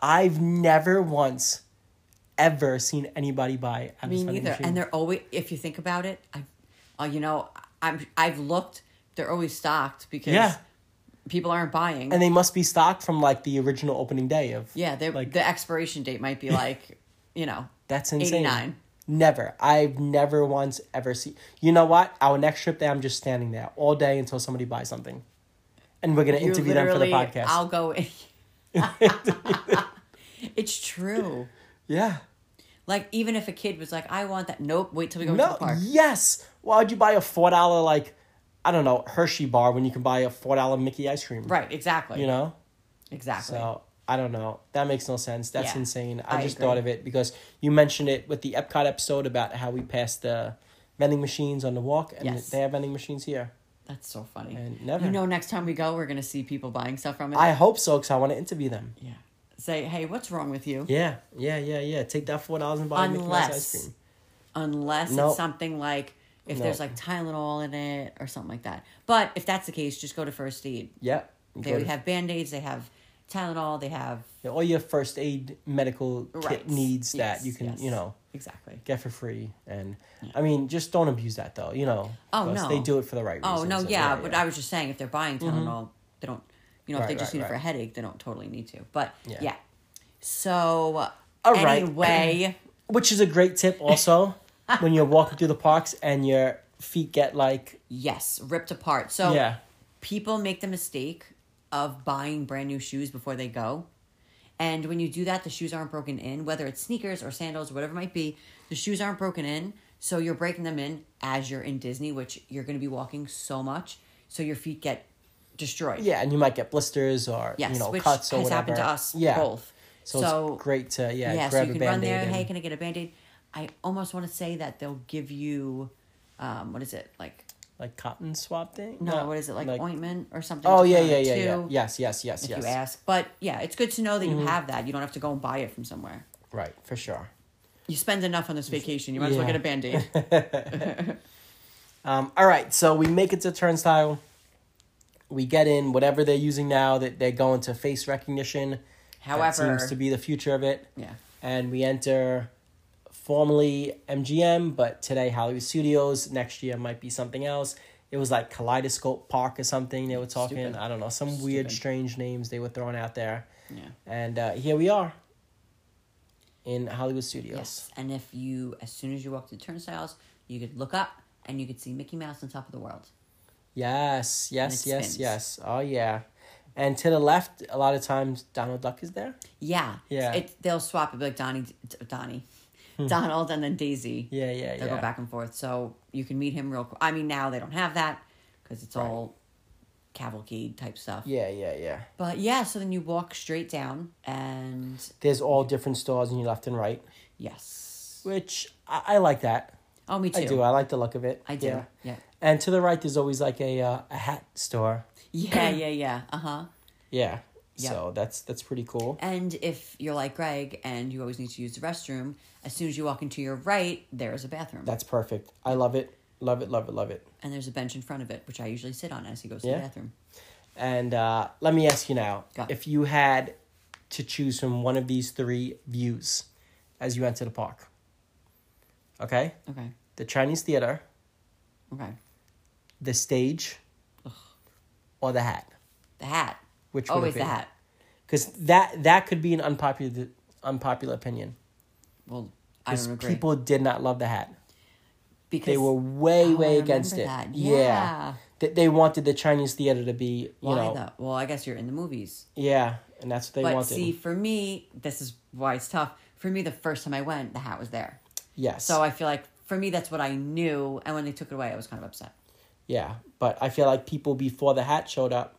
I've never once ever seen anybody buy at
Me
a vending
neither.
machine.
And they're always, if you think about it, I, uh, you know, I'm I've looked. They're always stocked because
Yeah.
people aren't buying.
and they must be stocked from like the original opening day of
yeah, they're,
like
the expiration date might be like, you know,
that's insane.
89.
Never. I've never once ever seen. You know what? Our next trip there, I'm just standing there all day until somebody buys something, and we're gonna
You're
interview them for the
literally-
podcast.
I'll go. it's true.
yeah.
Like even if a kid was like, "I want that," nope. Wait till we go to the
No.
park.
Yes. Why would you buy a four dollar like, I don't know Hershey bar when you can buy a four dollar Mickey ice cream?
Right. Exactly.
You know.
Exactly.
So I don't know. That makes no sense. That's
Yeah,
insane. I,
I
just
agree.
thought of it because you mentioned it with the Epcot episode about how we passed the vending machines on the walk, and
Yes.
they have vending machines here.
That's so funny.
And never.
You know, next time we go, we're gonna see people buying stuff from it.
I hope so because I want to interview them.
yeah. Say, hey, what's wrong with you?
Yeah, yeah, yeah, yeah. Take that four dollars and buy Mickey Mouse ice
Unless,
cream.
unless
No.
it's something like if
No.
there's like Tylenol in it or something like that. But if that's the case, just go to first aid.
Yep.
They have band aids. They have Tylenol. They have
all your first aid medical
rights.
kit needs
Yes,
that you can
yes.
you know
exactly.
get for free, and I mean just don't abuse that though. You know.
Oh,
'cause
no.
They do it for the right reasons.
Oh no,
so,
yeah, but I was just saying if they're buying Tylenol, they don't. You know, if
Mm-hmm. Right,
they just
right,
need it for
right.
a headache, they don't totally need to. But yeah.
Yeah.
So
All right.
anyway,
which is a great tip also when you're walking through the parks and your feet get like
yes, ripped apart. So
yeah
people make the mistake of buying brand new shoes before they go. And when you do that, the shoes aren't broken in, whether it's sneakers or sandals, whatever it might be, the shoes aren't broken in. So you're breaking them in as you're in Disney, which you're going to be walking so much. So your feet get destroyed.
yeah and you might get blisters or
Yes,
you know
which
cuts or
has
whatever
happened to us
yeah
both.
so,
So-
it's great to yeah,
yeah, so
grab
you
a
can run
band-aid
there. Hey,
and-
can I get a band aid? I almost want to say that they'll give you, um, what is it like?
like cotton swab thing
No, what is it like, ointment or something?
oh
to
yeah
put on
yeah
it
yeah yeah
too,
yes yes yes
If
yes Mm-hmm.
you ask, but yeah, it's good to know that you have that. You don't have to go and buy it from somewhere.
right for sure
You spend enough on this vacation. You might as well
Yeah.
get a band aid.
um all right so we make it to turnstile we get in whatever they're using now that they're going to face recognition that
However-
seems to be the future of it
yeah.
and we enter formerly MGM, but today Hollywood Studios. Next year might be something else. It was like Kaleidoscope Park or something. They were talking.
Stupid.
I don't know some weird,
Stupid.
strange names they were throwing out there.
Yeah.
And uh, here we are in Hollywood Studios.
Yes. And if you, as soon as you walk through the turnstiles, you could look up and you could see Mickey Mouse on top of the world.
Yes, yes,
it
yes,
spins.
yes. Oh yeah. And to the left, a lot of times Donald Duck is there.
Yeah.
Yeah. Hmm.
It, they'll swap it like Donnie, D- Donnie, Donald, and then Daisy.
Yeah, yeah,
They'll
yeah.
go back and forth. So you can meet him real quick. I mean, now they don't have that because it's all cavalcade type stuff.
Yeah, yeah, yeah.
But yeah, so then you walk straight down and
There's all different stores on your left and right,
yes.
which I, I like that.
Oh, me too.
I do. uh, I like the look of it.
I do.
Yeah.
Yeah.
And to the right, there's always like a uh, a hat store.
Yeah, yeah, yeah. Uh huh.
Yeah.
Yeah.
So that's that's pretty cool.
And if you're like Greg and you always need to use the restroom, as soon as you walk into your right, there is a bathroom.
That's perfect. I love it. Love it. Love it. Love it.
and there's a bench in front of it, which I usually sit on as he goes to the
Yeah.
bathroom.
And uh, let me ask you now:
Go.
if you had to choose from one of these three views as you enter the park, okay,
Okay.
the Chinese theater,
Okay.
the stage, or the hat,
The hat.
Which would it
Always
be?
the hat.
because that that could be an unpopular unpopular opinion.
Well, I
Because
don't agree.
people did not love the hat.
because
They were way,
Oh, I
way
remember
against it.
that.
Yeah.
Yeah.
That they wanted the Chinese theater to be, you
why
know,
though? Well, I guess you're in the movies.
yeah, and that's what they
but
wanted.
see, for me, this is why it's tough. For me, the first time I went, the hat was there.
yes.
So I feel like for me, that's what I knew. And when they took it away, I was kind of upset.
yeah, but I feel like people before the hat showed up,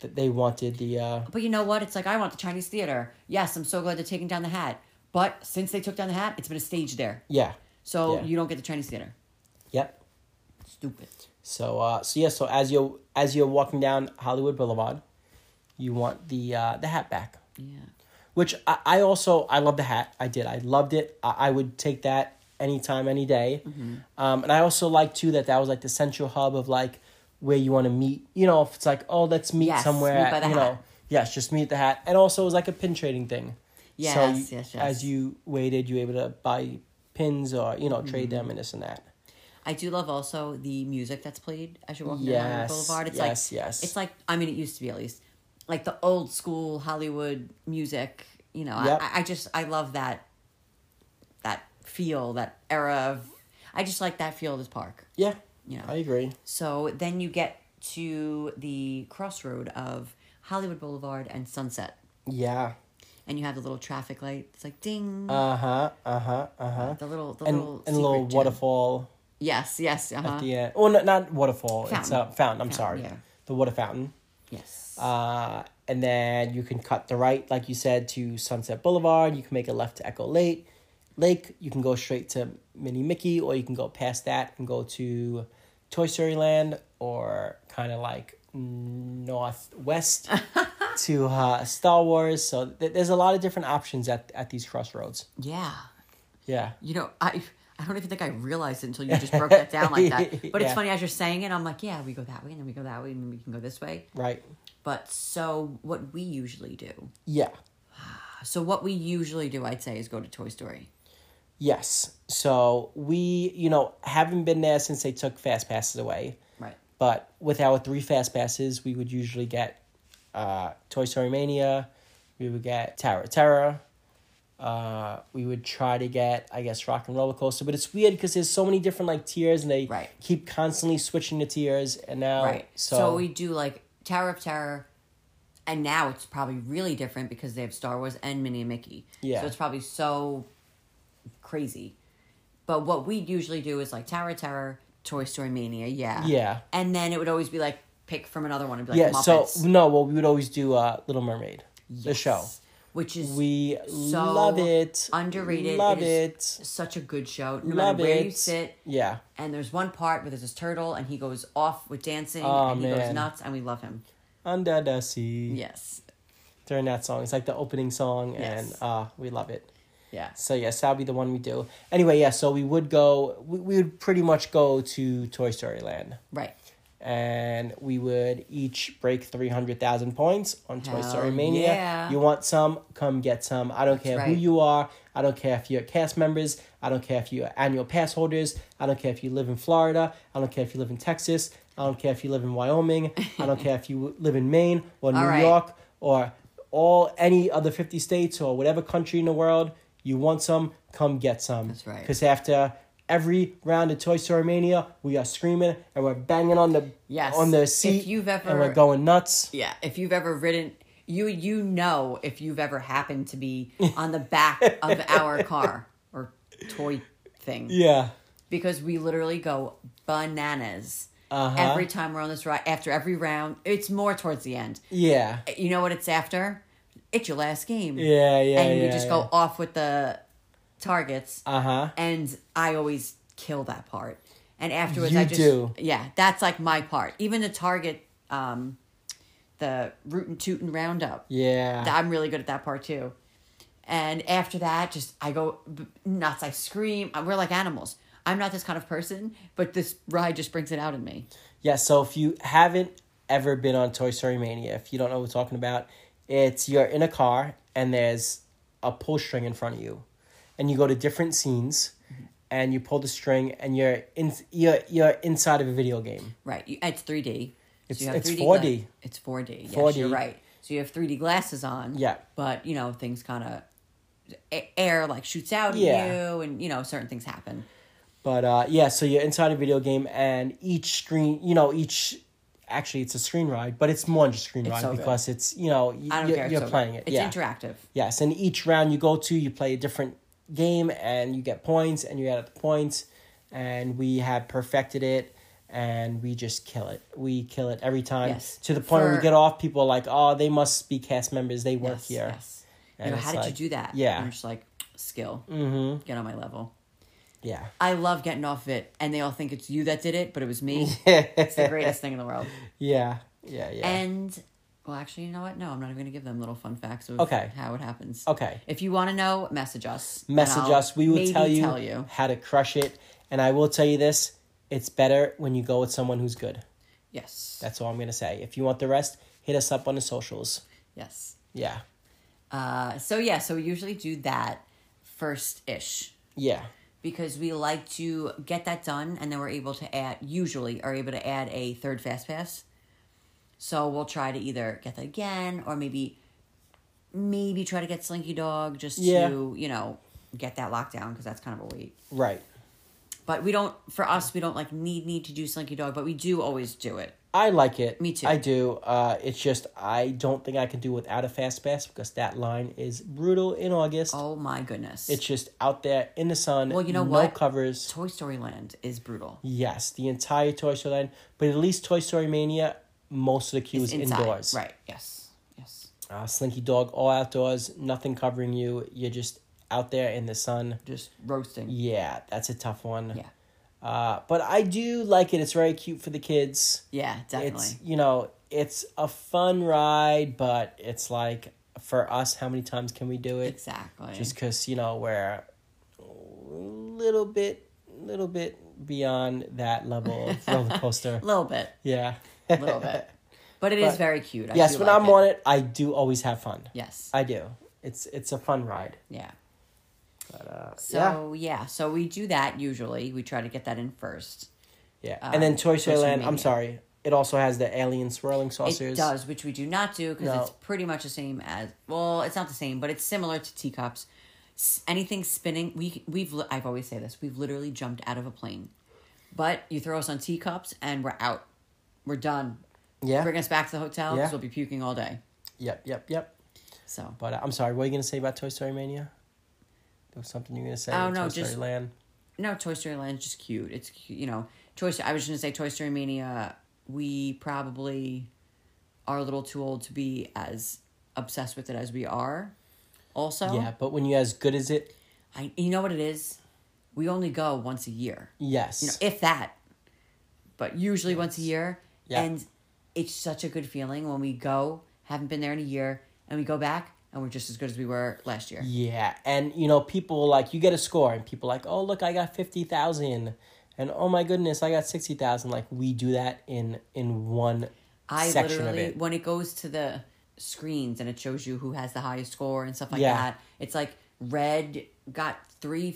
that they wanted the. uh
But you know what? It's like I want the Chinese theater. Yes, I'm so glad they're taking down the hat. But since they took down the hat, it's been a stage there.
Yeah.
So
Yeah.
you don't get the Chinese theater.
Yep.
Stupid.
So uh so yeah so as you as you're walking down Hollywood Boulevard, you want the uh the hat back.
Yeah.
which I, I also I love the hat. I did. I loved it. I, I would take that anytime, any day.
Mm-hmm.
Um, and I also like too that that was like the central hub of like where you want to meet. You know, if it's like oh let's meet
Yes,
somewhere,
meet by the
you
hat.
know, yes, just meet at the hat. And also it was like a pin trading thing.
Yes,
so you-
yes, yes.
as you waited, you were able to buy pins or you know
Mm-hmm.
trade them and this and that.
I do love also the music that's played as you're walking down Hollywood
Yes,
Boulevard. It's
yes,
like
yes.
it's like I mean it used to be at least like the old school Hollywood music. You know,
Yep.
I, I just I love that that feel that era of. I just like that feel of this park.
Yeah,
Yeah.
I agree.
So then you get to the crossroad of Hollywood Boulevard and Sunset,
Yeah.
and you have the little traffic light. It's like ding.
Uh huh. Uh huh. Uh huh.
the little the
And
little
and a little
secret gem.
waterfall
Yes, yes, uh huh.
at the end. Oh, no, not waterfall. It's
Fountain.
a uh, fountain. I'm
Fountain,
sorry.
yeah.
The water fountain.
Yes.
Uh, and then you can cut the right, like you said, to Sunset Boulevard. You can make a left to Echo Lake. Lake. You can go straight to Minnie Mickey, or you can go past that and go to Toy Story Land, or kind of like northwest to uh, Star Wars. So th- there's a lot of different options at at these crossroads.
yeah.
Yeah.
you know, I I don't even think I realized it until you just broke that down like that. But
Yeah.
it's funny as you're saying it, I'm like, yeah, we go that way, and then we go that way, and then we can go this way.
Right.
But so what we usually do,
Yeah.
so what we usually do, I'd say, is go to Toy Story.
Yes. So we, you know, haven't been there since they took fast passes away.
Right.
But with our three fast passes, we would usually get uh, Toy Story Mania, we would get Tower of Terror, uh, we would try to get I guess Rock and Roller Coaster. But it's weird because there's so many different like tiers, and they
Right.
keep constantly switching the tiers. And now,
Right.
so,
So, we do like Tower of Terror, and now it's probably really different because they have Star Wars and Minnie and Mickey.
Yeah.
So it's probably so crazy. But what we usually do is like Tower of Terror, Toy Story Mania, yeah.
Yeah.
And then it would always be like pick from another one and be like
yeah.
Muppets.
So no, well, we would always do uh, Little Mermaid, the
Yes.
show.
Which is
We
so
love it.
Underrated.
Love
is
it.
Such a good show. No
Love
matter where
it.
you sit.
Yeah.
And there's one part where there's this turtle and he goes off with dancing
Oh,
and he goes
man.
nuts and we love him.
Under the sea.
Yes.
During that song, it's like the opening song, and
Yes.
uh, we love it.
Yes.
So yes, that'd be the one we do. Anyway, yeah. So we would go. We, we would pretty much go to Toy Story Land,
Right.
and we would each break three hundred thousand points on Toy
Hell
Story Mania.
yeah.
You want some? Come get some. I don't care who
right.
you are. I don't care if you're cast members. I don't care if you're annual pass holders. I don't care if you live in Florida. I don't care if you live in Texas. I don't care if you live in Wyoming. I don't care if you live in Maine or New
All right.
York or all any other 50 states or whatever country in the world you want some come get some
That's right.
because after every round of toy story mania we are screaming and we're banging on the
Yes.
on the
If
seat
you've
and
ever-
we're going nuts
Yeah. If you've ever ridden you you know if you've ever happened to be on the back of our car or toy thing.
yeah
because we literally go bananas every time we're on this ride. After every round, it's more towards the end.
yeah
Uh, You know what it's after? It's your last game.
Yeah, yeah,
And we
yeah,
just
yeah.
go off with the targets.
uh-huh
And I always kill that part. And afterwards,
You
I just
do.
yeah, that's like my part. Even the target, um, the root and toot and roundup.
yeah
Th- I'm really good at that part too. And after that, just I go b- nuts. I scream. Uh, We're like animals. I'm not this kind of person, but this ride just brings it out in me.
Yeah, so if you haven't ever been on Toy Story Mania, if you don't know what we're talking about, it's you're in a car and there's a pull string in front of you, and you go to different scenes,
Mm-hmm.
and you pull the string, and you're in you're you're inside of a video game.
Right. You, it's 3D.
It's-
you have
it's
3D
4D.
gla- It's 4D. Yes,
4D.
you're right. So you have 3D glasses on.
Yeah.
But, you know, things kind of air like shoots out at
Yeah.
you and, you know, certain things happen.
But uh, yeah, so you're inside a video game, and each screen, you know, each actually it's a screen ride, but it's more than just a screen ride
so good.
because it's you know y-
I don't
you're,
care.
you're
it's over.
playing it.
It's
yeah.
interactive.
Yes, and each round you go to, you play a different game and you get points and you add up the points. And we have perfected it and we just kill it. We kill it every time.
Yes.
To the point where we
For-
get off, people are like, oh, they must be cast members. They work
Yes,
here.
yes.
And
you know,
it's
how did
like-
you do that?
Yeah.
And I'm just like, skill. Mm-hmm. Get on my level.
Yeah.
I love getting off of it, and they all think it's you that did it, but it was me. it's the greatest thing in the world.
Yeah. Yeah. Yeah.
And well, actually, you know what? No, I'm not even going to give them little fun facts of
Okay.
how it happens.
Okay.
If you want to know, message us. and
Message
I'll
us. We will
maybe
tell you,
Tell you.
how to crush it. And I will tell you this it's better when you go with someone who's good.
Yes.
That's all I'm going to say. If you want the rest, hit us up on the socials.
yes.
Yeah.
Uh, so yeah, so we usually do that first ish
Yeah.
because we like to get that done and then we're able to add usually are able to add a third fast pass so we'll try to either get that again or maybe maybe try to get slinky dog just
Yeah.
to you know get that locked down because that's kind of a wait
Right.
but we don't for us we don't like need need to do slinky dog but we do always do it
I like it.
Me too.
I do. Uh, it's just I don't think I can do without a fast pass because that line is brutal in August.
oh my goodness
It's just out there in the sun.
Well, you know
no
what?
covers.
toy story land is brutal
Yes, the entire Toy Story line, but at least Toy Story Mania, most of the queues
Inside.
indoors.
right yes yes
Uh, Slinky Dog, all outdoors, nothing covering you. You're just out there in the sun.
just roasting
Yeah, that's a tough one.
yeah
Uh, but I do like it. It's very cute for the kids.
yeah definitely
It's you know, it's a fun ride, but it's like for us, how many times can we do it?
exactly
Just because you know we're a little bit, little bit beyond that level of roller coaster.
a little bit
yeah.
a little bit. But it is
But-
very cute. I
yes,
do
when
like
I'm on it, I do always have fun.
Yes.
I do. It's it's a fun ride.
yeah.
uh,
so yeah. so we do that usually. We try to get that in first.
Yeah,
Uh,
and then Toy Story
Toy Story
Land. I'm
Mania.
sorry, it also has the alien swirling saucers.
It does, which we do not do because
No.
it's pretty much the same as. Well, it's not the same, but it's similar to teacups. S- anything spinning, we we've li- I've always say this. We've literally jumped out of a plane, but you throw us on teacups and we're out. We're done.
Yeah.
Bring us back to the hotel because
Yeah.
we'll be puking all day.
Yep, yep, yep.
So.
But uh, I'm sorry, what are you gonna say about Toy Story Mania? There was something you were gonna say.
Oh,
with
no,
Toy
just-
Story Land.
No, Toy Story Land's just cute. It's cu- you know, Toy. Story, I was gonna say Toy Story Mania. We probably are a little too old to be as obsessed with it as we are. Also,
Yeah, but when you're as good as it,
I you know what it is. We only go once a year,
yes,
you know, if that. But usually once a year,
Yeah.
and it's such a good feeling when we go. Haven't been there in a year, and we go back, and we're just as good as we were last year.
yeah, and you know people like you get a score, and people like, oh look, I got fifty thousand, and oh my goodness, I got sixty thousand. Like we do that in in one
I
section of
literally,
it.
when it goes to the screens and it shows you who has the highest score and stuff like
Yeah.
that, it's like red got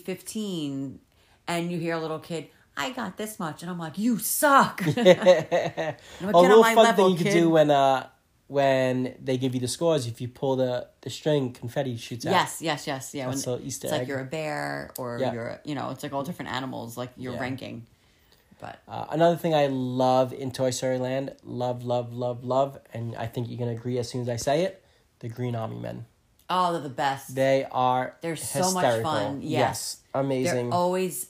315, and you hear a little kid, I got this much. And I'm like, you suck. And I'm like,
a
"Get on
little
my
Oh, fun
level,
thing you
kid."
can do when uh when they give you the scores, if you pull the the string, confetti shoots out.
Yes, yes, yes. Yeah.
That's a little Easter
it's like
egg.
you're a bear or
Yeah. Mm-hmm.
you're, a, you know, it's like all different animals, like you're
Yeah.
ranking. But
Uh, another thing I love in Toy Story Land, love, love, love, love, and I think you can agree as soon as I say it, the Green Army Men.
oh, they're the best.
They are
They're so
hysterical.
much fun. Yes.
amazing.
They're always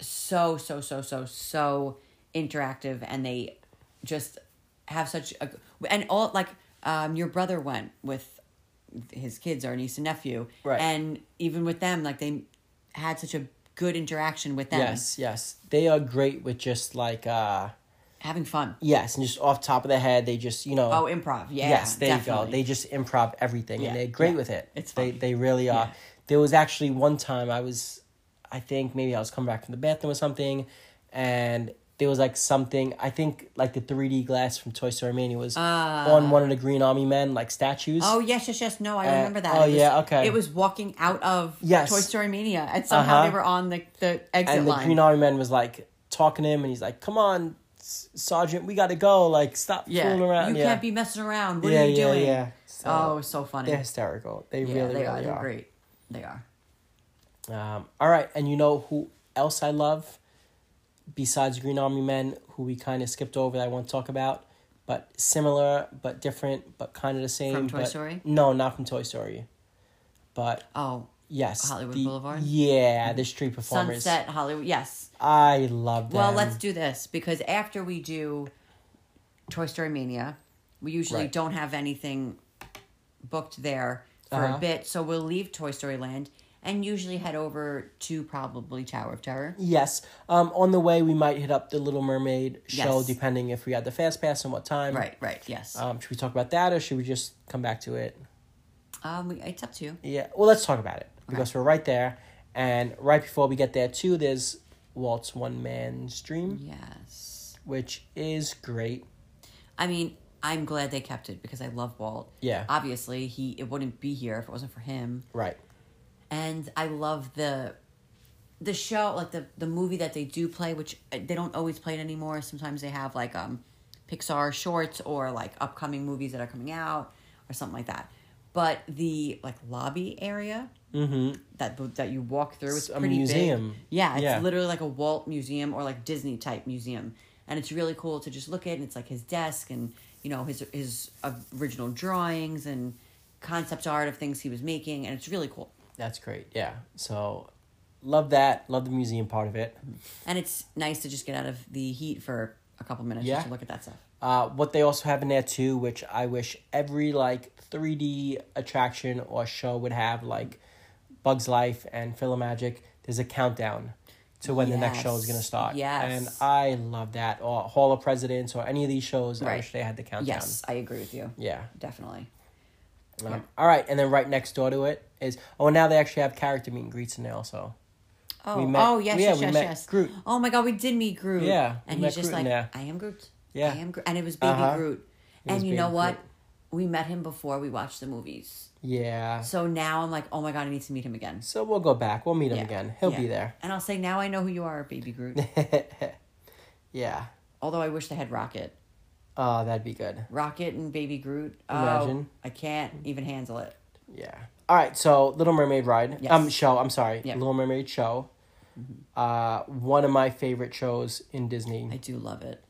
so so so so so interactive, and they just have such a and all like um your brother went with his kids or niece and nephew,
Right.
And even with them, like they had such a good interaction with them,
yes, yes, they are great with just like uh
having fun.
yes, and just off top of the head, they just you know
Oh, improv, yeah,
yes, there you
definitely.
go. They just improv everything,
Yeah,
and they're great
yeah.
with it.
It's
they
fun.
they really are.
Yeah.
There was actually one time I was, I think maybe I was coming back from the bathroom or something, and there was like something I think like the three D glass from Toy Story Mania was
Ah.
on one of the Green Army Men like statues.
Oh yes, yes, yes. No, I
Uh,
remember that.
oh,
It was-
yeah, okay.
It was walking out of
Yes.
Toy Story Mania, and somehow they
Uh-huh.
were on the, the exit
and the
line.
Green Army Man was like talking to him, and he's like, "Come on, S- Sergeant, we gotta go. Like, stop
yeah,
fooling around.
you
yeah.
can't be messing around. What
Yeah,
are you
yeah,
doing?
yeah. So-
oh, it was so funny.
They're hysterical. They
Yeah,
really,
they are.
really
They're
are.
great. They are.
Um, all right, and you know who else I love besides Green Army Men, who we kind of skipped over that I want to talk about, but similar, but different, but kind of the same.
From Toy
but-
Story?
No, not from Toy Story. But
Oh,
yes,
Hollywood
the-
Boulevard?
Yeah, the street performers.
Sunset Hollywood. Yes.
I love them.
Well, let's do this because after we do Toy Story Mania, we usually
Right.
don't have anything booked there for
Uh-huh.
a bit, so we'll leave Toy Story Land and usually head over to probably Tower of Terror.
Yes. Um, on the way, we might hit up the Little Mermaid show,
Yes.
depending if we had the fast pass and what time.
Right. Right. Yes.
Um, should we talk about that, or should we just come back to it?
Um, we- it's up to you.
Yeah. Well, let's talk about it because we're right there, and right before we get there too, there's Walt's One Man's Dream,
Yes.
which is great.
I mean, I'm glad they kept it because I love Walt.
Yeah.
Obviously, he it wouldn't be here if it wasn't for him.
Right.
And I love the the show, like the the movie that they do play, which uh, they don't always play it anymore. Sometimes they have like um Pixar shorts or like upcoming movies that are coming out or something like that. But the like lobby area that that you walk through,
It's
it's
Mm-hmm. a
pretty big.
museum.
Yeah, it's
Yeah.
literally literally like a Walt museum or like Disney type museum, and it's really cool to just look at. And it's like his desk and you know his his original drawings and concept art of things he was making, and it's really cool.
That's great. Yeah. So love that. Love the museum part of it.
And it's nice to just get out of the heat for a couple minutes
Yeah.
just to look at that stuff.
Uh, what they also have in there too, which I wish every like 3D attraction or show would have, like Bugs Life and Philomagic. There's a countdown to when the next show is going to
Yes.
start.
Yes.
and I love that. Or Hall of Presidents or any of these shows. I
Right.
wish they had the countdown.
Yes, I agree with you.
Yeah.
definitely.
Um, All right, and then right next door to it is oh, now they actually have character meet and greets in there also.
Oh,
We met-
oh yes,
yeah,
yes,
we
yes,
met
yes.
Groot.
Oh my God, we did meet Groot.
Yeah, we
and
met
he's just
Groot in
like,
there.
I am Groot.
Yeah.
I am Groot, and it was Baby
Uh-huh.
Groot.
It was
And you know
Baby
what?
Groot.
We met him before we watched the movies.
Yeah. So,
So now I'm like, oh my god, I need to meet him again.
we'll go back. We'll meet him again. He'll be
Yeah.
there.
And I'll say, now I know who you are, baby Groot.
Yeah.
Although I wish they had Rocket.
Oh, that'd be good.
Rocket and baby Groot. Oh,
Imagine.
I can't even handle it.
Yeah. All right. So Little Mermaid ride.
Yes.
Um, show. I'm sorry.
Yeah. Mm-hmm.
Little Mermaid show. Uh, one of my favorite shows in Disney.
I do love it.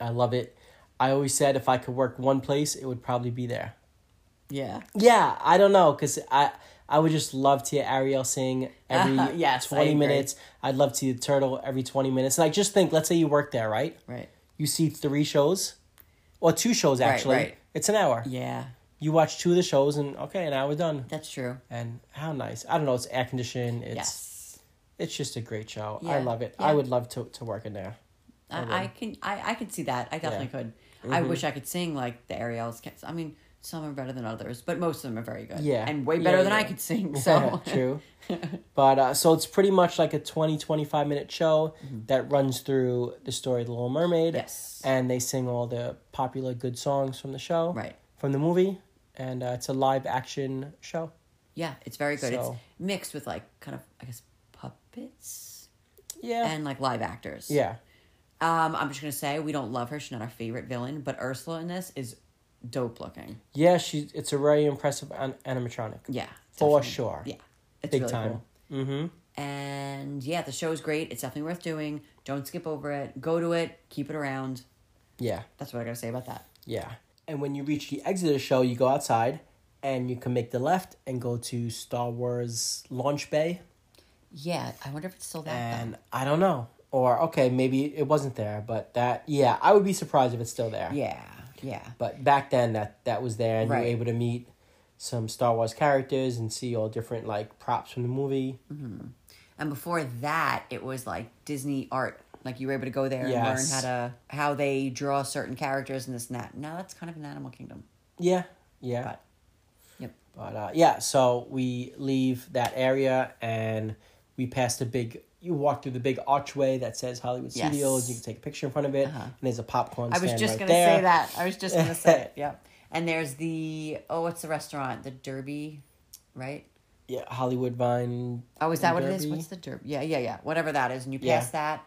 I love it. I always said if I could work one place, it would probably be there.
Yeah.
Yeah, I don't know, cause I I would just love to hear Ariel sing every
Yes, I
twenty
agree.
minutes. I'd love to see the turtle every twenty minutes. And I just think, let's say you work there, right?
Right.
You see three shows, or two shows actually.
right.
It's an hour.
Yeah.
You watch two of the shows, and okay, an hour done.
That's true.
And how nice! I don't know. It's air conditioned. It's
yes.
it's just a great show. I
Yeah,
love it.
yeah.
I would love to to work in there.
I, I can I, I could see that. I definitely could. I
Mm-hmm.
wish I could sing like the Ariel's kids. I mean, some are better than others, but most of them are very good.
Yeah.
And way
Yeah,
better than I
yeah.
could sing. So
true. But uh, so it's pretty much like a 20, 25 minute show that runs through the story of the Little Mermaid.
Mm-hmm. Yes.
And they sing all the popular good songs from the show.
Right.
From the movie. And uh, it's a live action show.
Yeah, it's very good. It's
So-
mixed with like kind of I guess puppets
Yeah.
and like live actors.
yeah.
Um, I'm just gonna say we don't love her. She's not our favorite villain, but Ursula in this is dope looking.
Yeah, she, it's a very impressive an- animatronic.
Yeah,
For
definitely.
sure.
Yeah, it's
Big
really
time.
Cool. Mm-hmm. And yeah, the show's great. It's definitely worth doing. Don't skip over it. Go to it. Keep it around.
Yeah.
That's what I gotta say about that.
Yeah. And when you reach the exit of the show, you go outside and you can make the left and go to Star Wars Launch Bay.
Yeah, I wonder if it's still that.
and I don't know. Or okay, maybe it wasn't there, but that yeah, I would be surprised if it's still there.
though. Yeah, yeah,
But back then that that was there and you
Right.
were able to meet some Star Wars characters and see all different like props from the movie.
And before that, it was like Disney art. Like you were able to go there
Yes.
and learn how to how they draw certain characters and this and that. Now that's kind of an Animal Kingdom.
Yeah. Yeah. But,
Yep.
uh yeah, so we leave that area and we pass the big you walk through the big archway that says Hollywood
Yes. Uh-huh.
Studios. You can take a picture in front of it, and there's a popcorn.
I was
stand
just
right
gonna
there.
say that. I was just gonna say it. Yep. And there's the oh, what's the restaurant? The Derby, right?
Yeah, Hollywood Vine.
Oh, is that what it is?
Derby.
What's the Derby? Yeah, yeah, yeah. Whatever that is, and you
Yeah.
pass that,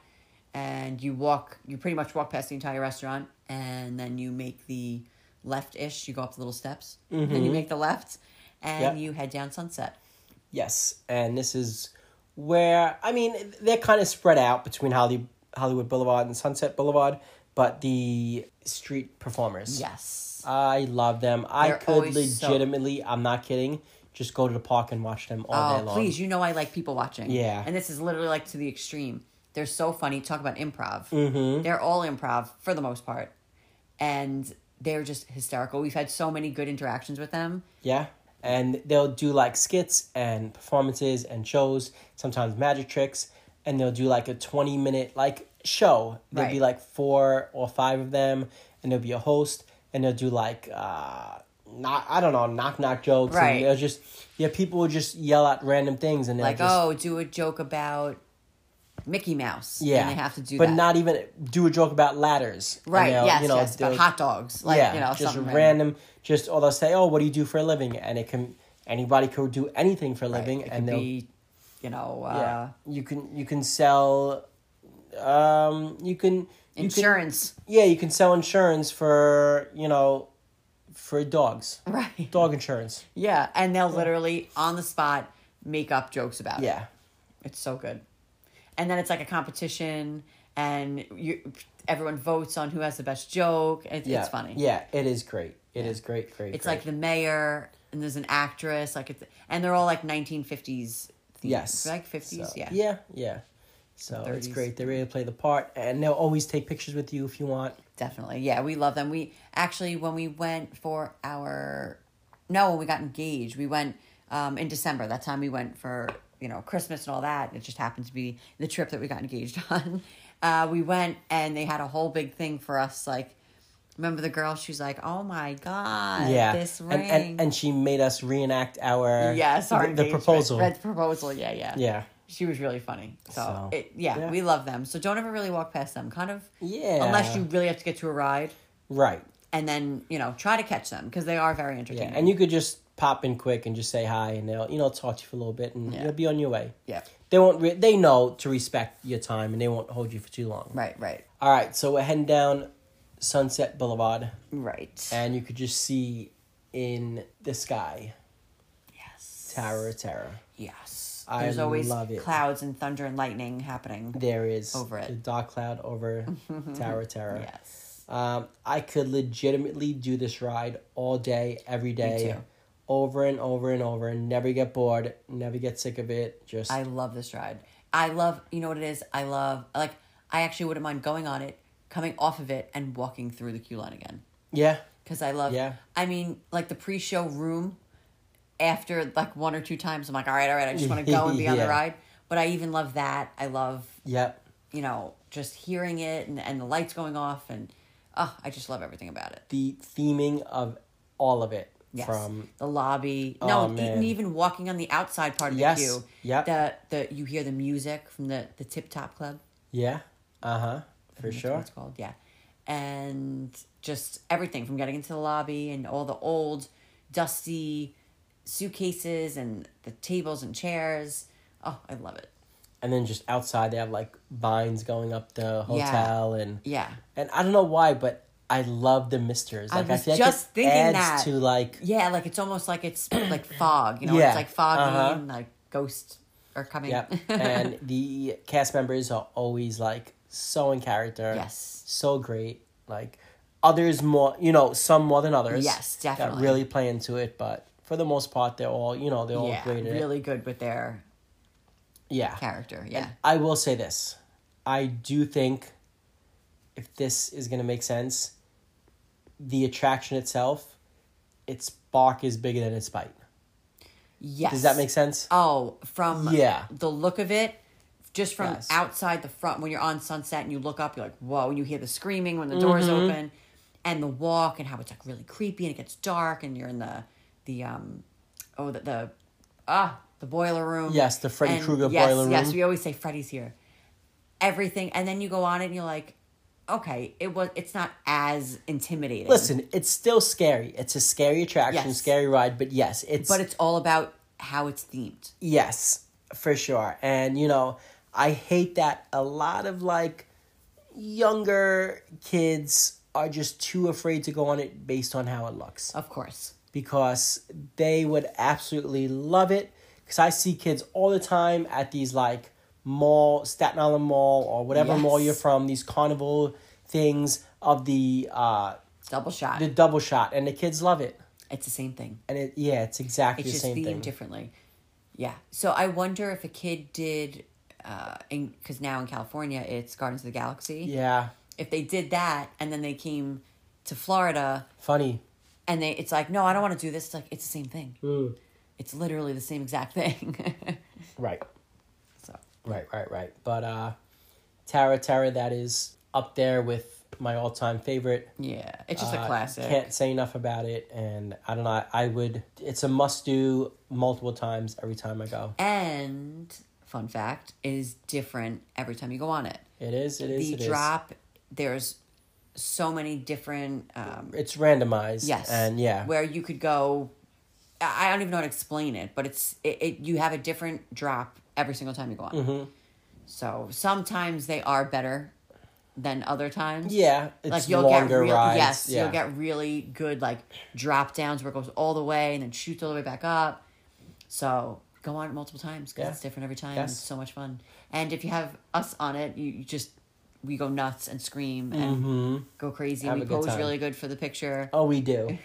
and you walk. You pretty much walk past the entire restaurant, and then you make the left ish. You go up the little steps, and then you make the left, and
Mm-hmm. Yep.
you head down Sunset.
Yes, and this is where I mean they're kind of spread out between Holly, Hollywood Boulevard and Sunset Boulevard, but the street performers.
Yes.
I love them. I
They're
could
always so-
legitimately, I'm not kidding, just go to the park and watch them all
Oh,
day long.
please. You know I like people watching.
Yeah.
And this is literally like to the extreme. They're so funny. Talk about improv. Mm-hmm. They're all improv for the most part. And they're just hysterical. We've had so many good interactions with them.
Yeah. And they'll do like skits and performances and shows, sometimes magic tricks, and they'll do like a 20 minute like show. There'll be
Right.
like four or five of them, and there'll be a host, and they'll do like, uh, not, I don't know, knock knock jokes.
Right.
And they'll
oh,
just, yeah, people will just yell out random things and they'll
Like,
just,
oh, do a joke about Mickey Mouse.
Yeah,
and they have to do
but
that.
not even do a joke about ladders. and
right.
they'll,
yes, yes,
they'll-
but hot dogs. Like
yeah,
you know,
just
something
random. Just or they'll say, "Oh, what do you do for a living?" And it can anybody could do anything for a
Right.
living,
It
and
could
they'll
be, you know, uh,
yeah, you can you can sell, um, you can you
insurance.
Can, yeah, you can sell insurance for you know, for dogs,
right.
dog insurance.
Yeah, and they'll literally on the spot make up jokes about it.
Yeah,
It's so good. And then it's like a competition, and you everyone votes on who has the best joke. It,
yeah,
It's funny.
Yeah, it is great. It is great, great.
It's
great.
like the mayor, and there's an actress, like it's, and they're all like 1950s. Themes,
Yes.
like 50s.
So-
yeah.
Yeah, yeah. So it's
30s.
great. They're ready to play the part, and they'll always take pictures with you if you want.
Definitely. Yeah, we love them. We actually, when we went for our, no, when we got engaged, we went um, in December. That time we went for, you know, Christmas and all that. It just happened to be the trip that we got engaged on. Uh, we went and they had a whole big thing for us. Like, remember the girl? She's like, oh my God,
yeah,
this ring.
and, and and she made us reenact our
yes,
the,
our
the
engagement.
proposal.
The proposal, yeah, yeah.
Yeah.
She was really funny. So,
So,
it, yeah,
yeah.
we love them. So don't ever really walk past them. Kind of,
Yeah.
unless you really have to get to a ride
Right.
and then you know try to catch them because they are very
Yeah,
entertaining.
and you could just pop in quick and just say hi, and they'll you know talk to you for a little bit, and
Yeah.
you'll be on your way.
yeah,
They won't. Re- they know to respect your time, and they won't hold you for too long.
right, right,
All right. So we're heading down Sunset Boulevard,
right.
and you could just see in the sky
yes,
Tower of Terror.
yes.
I
There's always
love it.
clouds and thunder and lightning happening.
There is
Over it.
the dark cloud over Tower of Terror.
yes,
Um, I could legitimately do this ride all day, every day,
too.
over and over and over, and never get bored, never get sick of it. Just
I love this ride. I love you know what it is. I love like I actually wouldn't mind going on it, coming off of it, and walking through the queue line again.
yeah,
because I love.
Yeah.
I mean, like the pre-show room. After like one or two times, I'm like, all right, all right, I just want to go and be on the
Yeah.
ride. But I even love that. I love
yep,
you know just hearing it and, and the lights going off and oh, I just love everything about it.
the theming of all of it
Yes.
from
the lobby.
Oh,
no, e-
man.
and even walking on the outside part of
Yes.
the queue.
Yep.
The the you hear the music from the the Tip Top Club.
yeah, uh huh, for
That's what
sure.
it's called, yeah. And just everything from getting into the lobby and all the old, dusty suitcases and the tables and chairs. Oh, I love it.
And then just outside, they have like vines going up the hotel, and
Yeah.
and I don't know why, but I love the misters.
I
Like I,
was
feel like
just
it
thinking
adds
that.
to like
Yeah, like it's almost like it's like fog, you know,
Yeah,
it's like foggy
uh-huh.
and like ghosts are coming.
Yep. and the cast members are always like so in character.
Yes.
So great. Like others more, you know, some more than others.
Yes,
That
definitely.
really play into it, but for the most part, they're all, you know, they're all
yeah,
great. at it.
really good with their
Yeah.
character. Yeah.
I will say this. I do think if this is going to make sense, the attraction itself, its bark is bigger than its bite.
Yes.
Does that make sense?
Oh, from
Yeah.
the look of it, just from
Yes.
outside the front when you're on Sunset and you look up, you're like, whoa, and you hear the screaming when the doors
Mm-hmm.
open, and the walk and how it's like really creepy and it gets dark and you're in the the um oh the, the ah the boiler room.
Yes, the Freddy
And
Krueger
yes,
boiler
Yes,
room.
we always say Freddy's here. Everything, and then you go on it and you're like, okay, it was it's not as intimidating.
Listen, it's still scary. It's a scary attraction,
Yes.
scary ride, but yes, it's
but it's all about how it's themed.
Yes, for sure. And you know, I hate that a lot of like younger kids are just too afraid to go on it based on how it looks
Of course.
because they would absolutely love it because I see kids all the time at these like mall Staten Island Mall or whatever
Yes.
mall you're from these carnival things of the uh
Double shot.
the double shot and the kids love it
it's the same thing.
and it yeah it's exactly
it's
the
just
same
themed
thing
differently. Yeah. So I wonder if a kid did, uh, because now in California it's Gardens of the Galaxy.
yeah
If they did that and then they came to Florida
funny
and they, it's like, no, I don't want to do this. It's like it's the same thing.
Hmm.
It's literally the same exact thing.
right
so
Right, right, right. But uh Tara Tara that is up there with my all time favorite.
yeah, it's just
Uh,
a classic.
Can't say enough about it and I don't know, I, I would it's a must do multiple times every time I go.
And fun fact, is different every time you go on it.
It is. It is.
the
it is.
drop, there's so many different. Um,
It's randomized.
yes.
And yeah.
Where you could go. I I don't even know how to explain it, but it's it, it you have a different drop every single time you go on.
Mm-hmm.
So sometimes they are better than other times.
yeah. It's
like you'll get
longer
real,
rides.
yes,
yeah.
you'll get really good like drop downs where it goes all the way and then shoots all the way back up. So go on it multiple times because
Yeah.
it's different every time.
Yes.
It's so much fun. And if you have us on it, you, you just we go nuts and scream and go crazy.
Mm-hmm. Have
and
a
we
good
pose
time.
really good for the picture.
Oh, we do.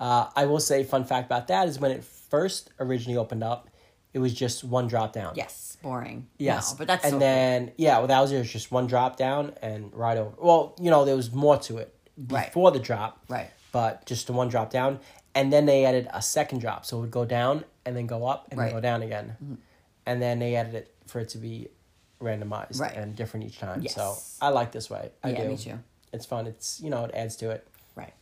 uh, I will say, fun fact about that is when it first originally opened up, it was just one drop down.
Yes, boring.
Yes.
no, but that's
and
so
then yeah, well that was it. It was just one drop down and right over. Well, you know there was more to it
Right.
before the drop.
Right.
But just the one drop down, and then they added a second drop, so it would go down and then go up and
Right. Mm-hmm.
then go down again, and then they added it for it to be randomized
Right.
and different each time. So
Yes.
I like this way. I
Yeah,
do.
me too.
It's fun. It's you know it adds to it.
right.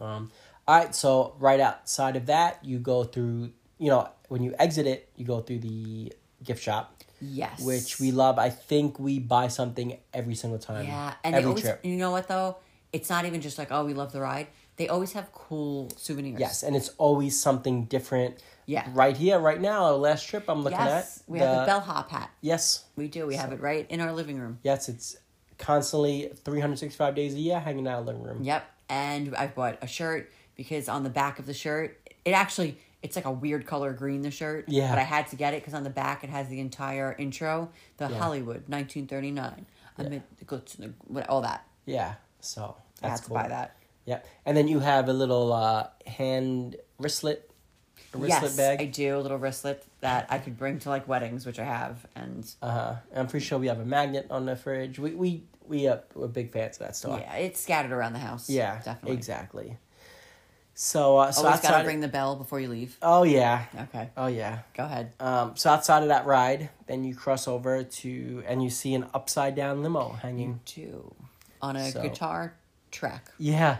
Um, all right, so right outside of that, you go through, you know, when you exit it, you go through the gift shop,
Yes,
which we love. I think we buy something every single time.
Yeah, and
every
they always,
trip.
you know what though? It's not even just like oh, we love the ride. They always have cool souvenirs.
Yes, and it's always something different.
Yeah.
Right here, right now, our last trip I'm looking
yes,
at.
we have the bellhop hat.
Yes.
We do. We have it right in our living room.
Yes, it's constantly 365 days a year hanging out in the living room.
Yep. And I bought a shirt because on the back of the shirt, it actually it's like a weird color green the shirt.
Yeah.
But I had to get it because on the back it has the entire intro, the Hollywood 1939. I mean, the glitz and the- what- all that.
Yeah. So
I
that's
had to
cool.
buy that.
Yep. And then you have a little uh, hand wristlet, a wristlet
yes,
bag.
I do a little wristlet that I could bring to like weddings, which I have, and
Uh, I'm pretty sure we have a magnet on the fridge. We we we uh, we're big fans of that store.
yeah, it's scattered around the house.
Uh-huh. yeah,
definitely.
exactly. So uh, so
Always
outside.
gotta ring the bell before you leave.
oh yeah.
Okay,
Oh yeah.
go ahead.
Um, so outside of that ride, then you cross over to and you see an upside down limo hanging.
Two on a
So-
guitar track.
Yeah.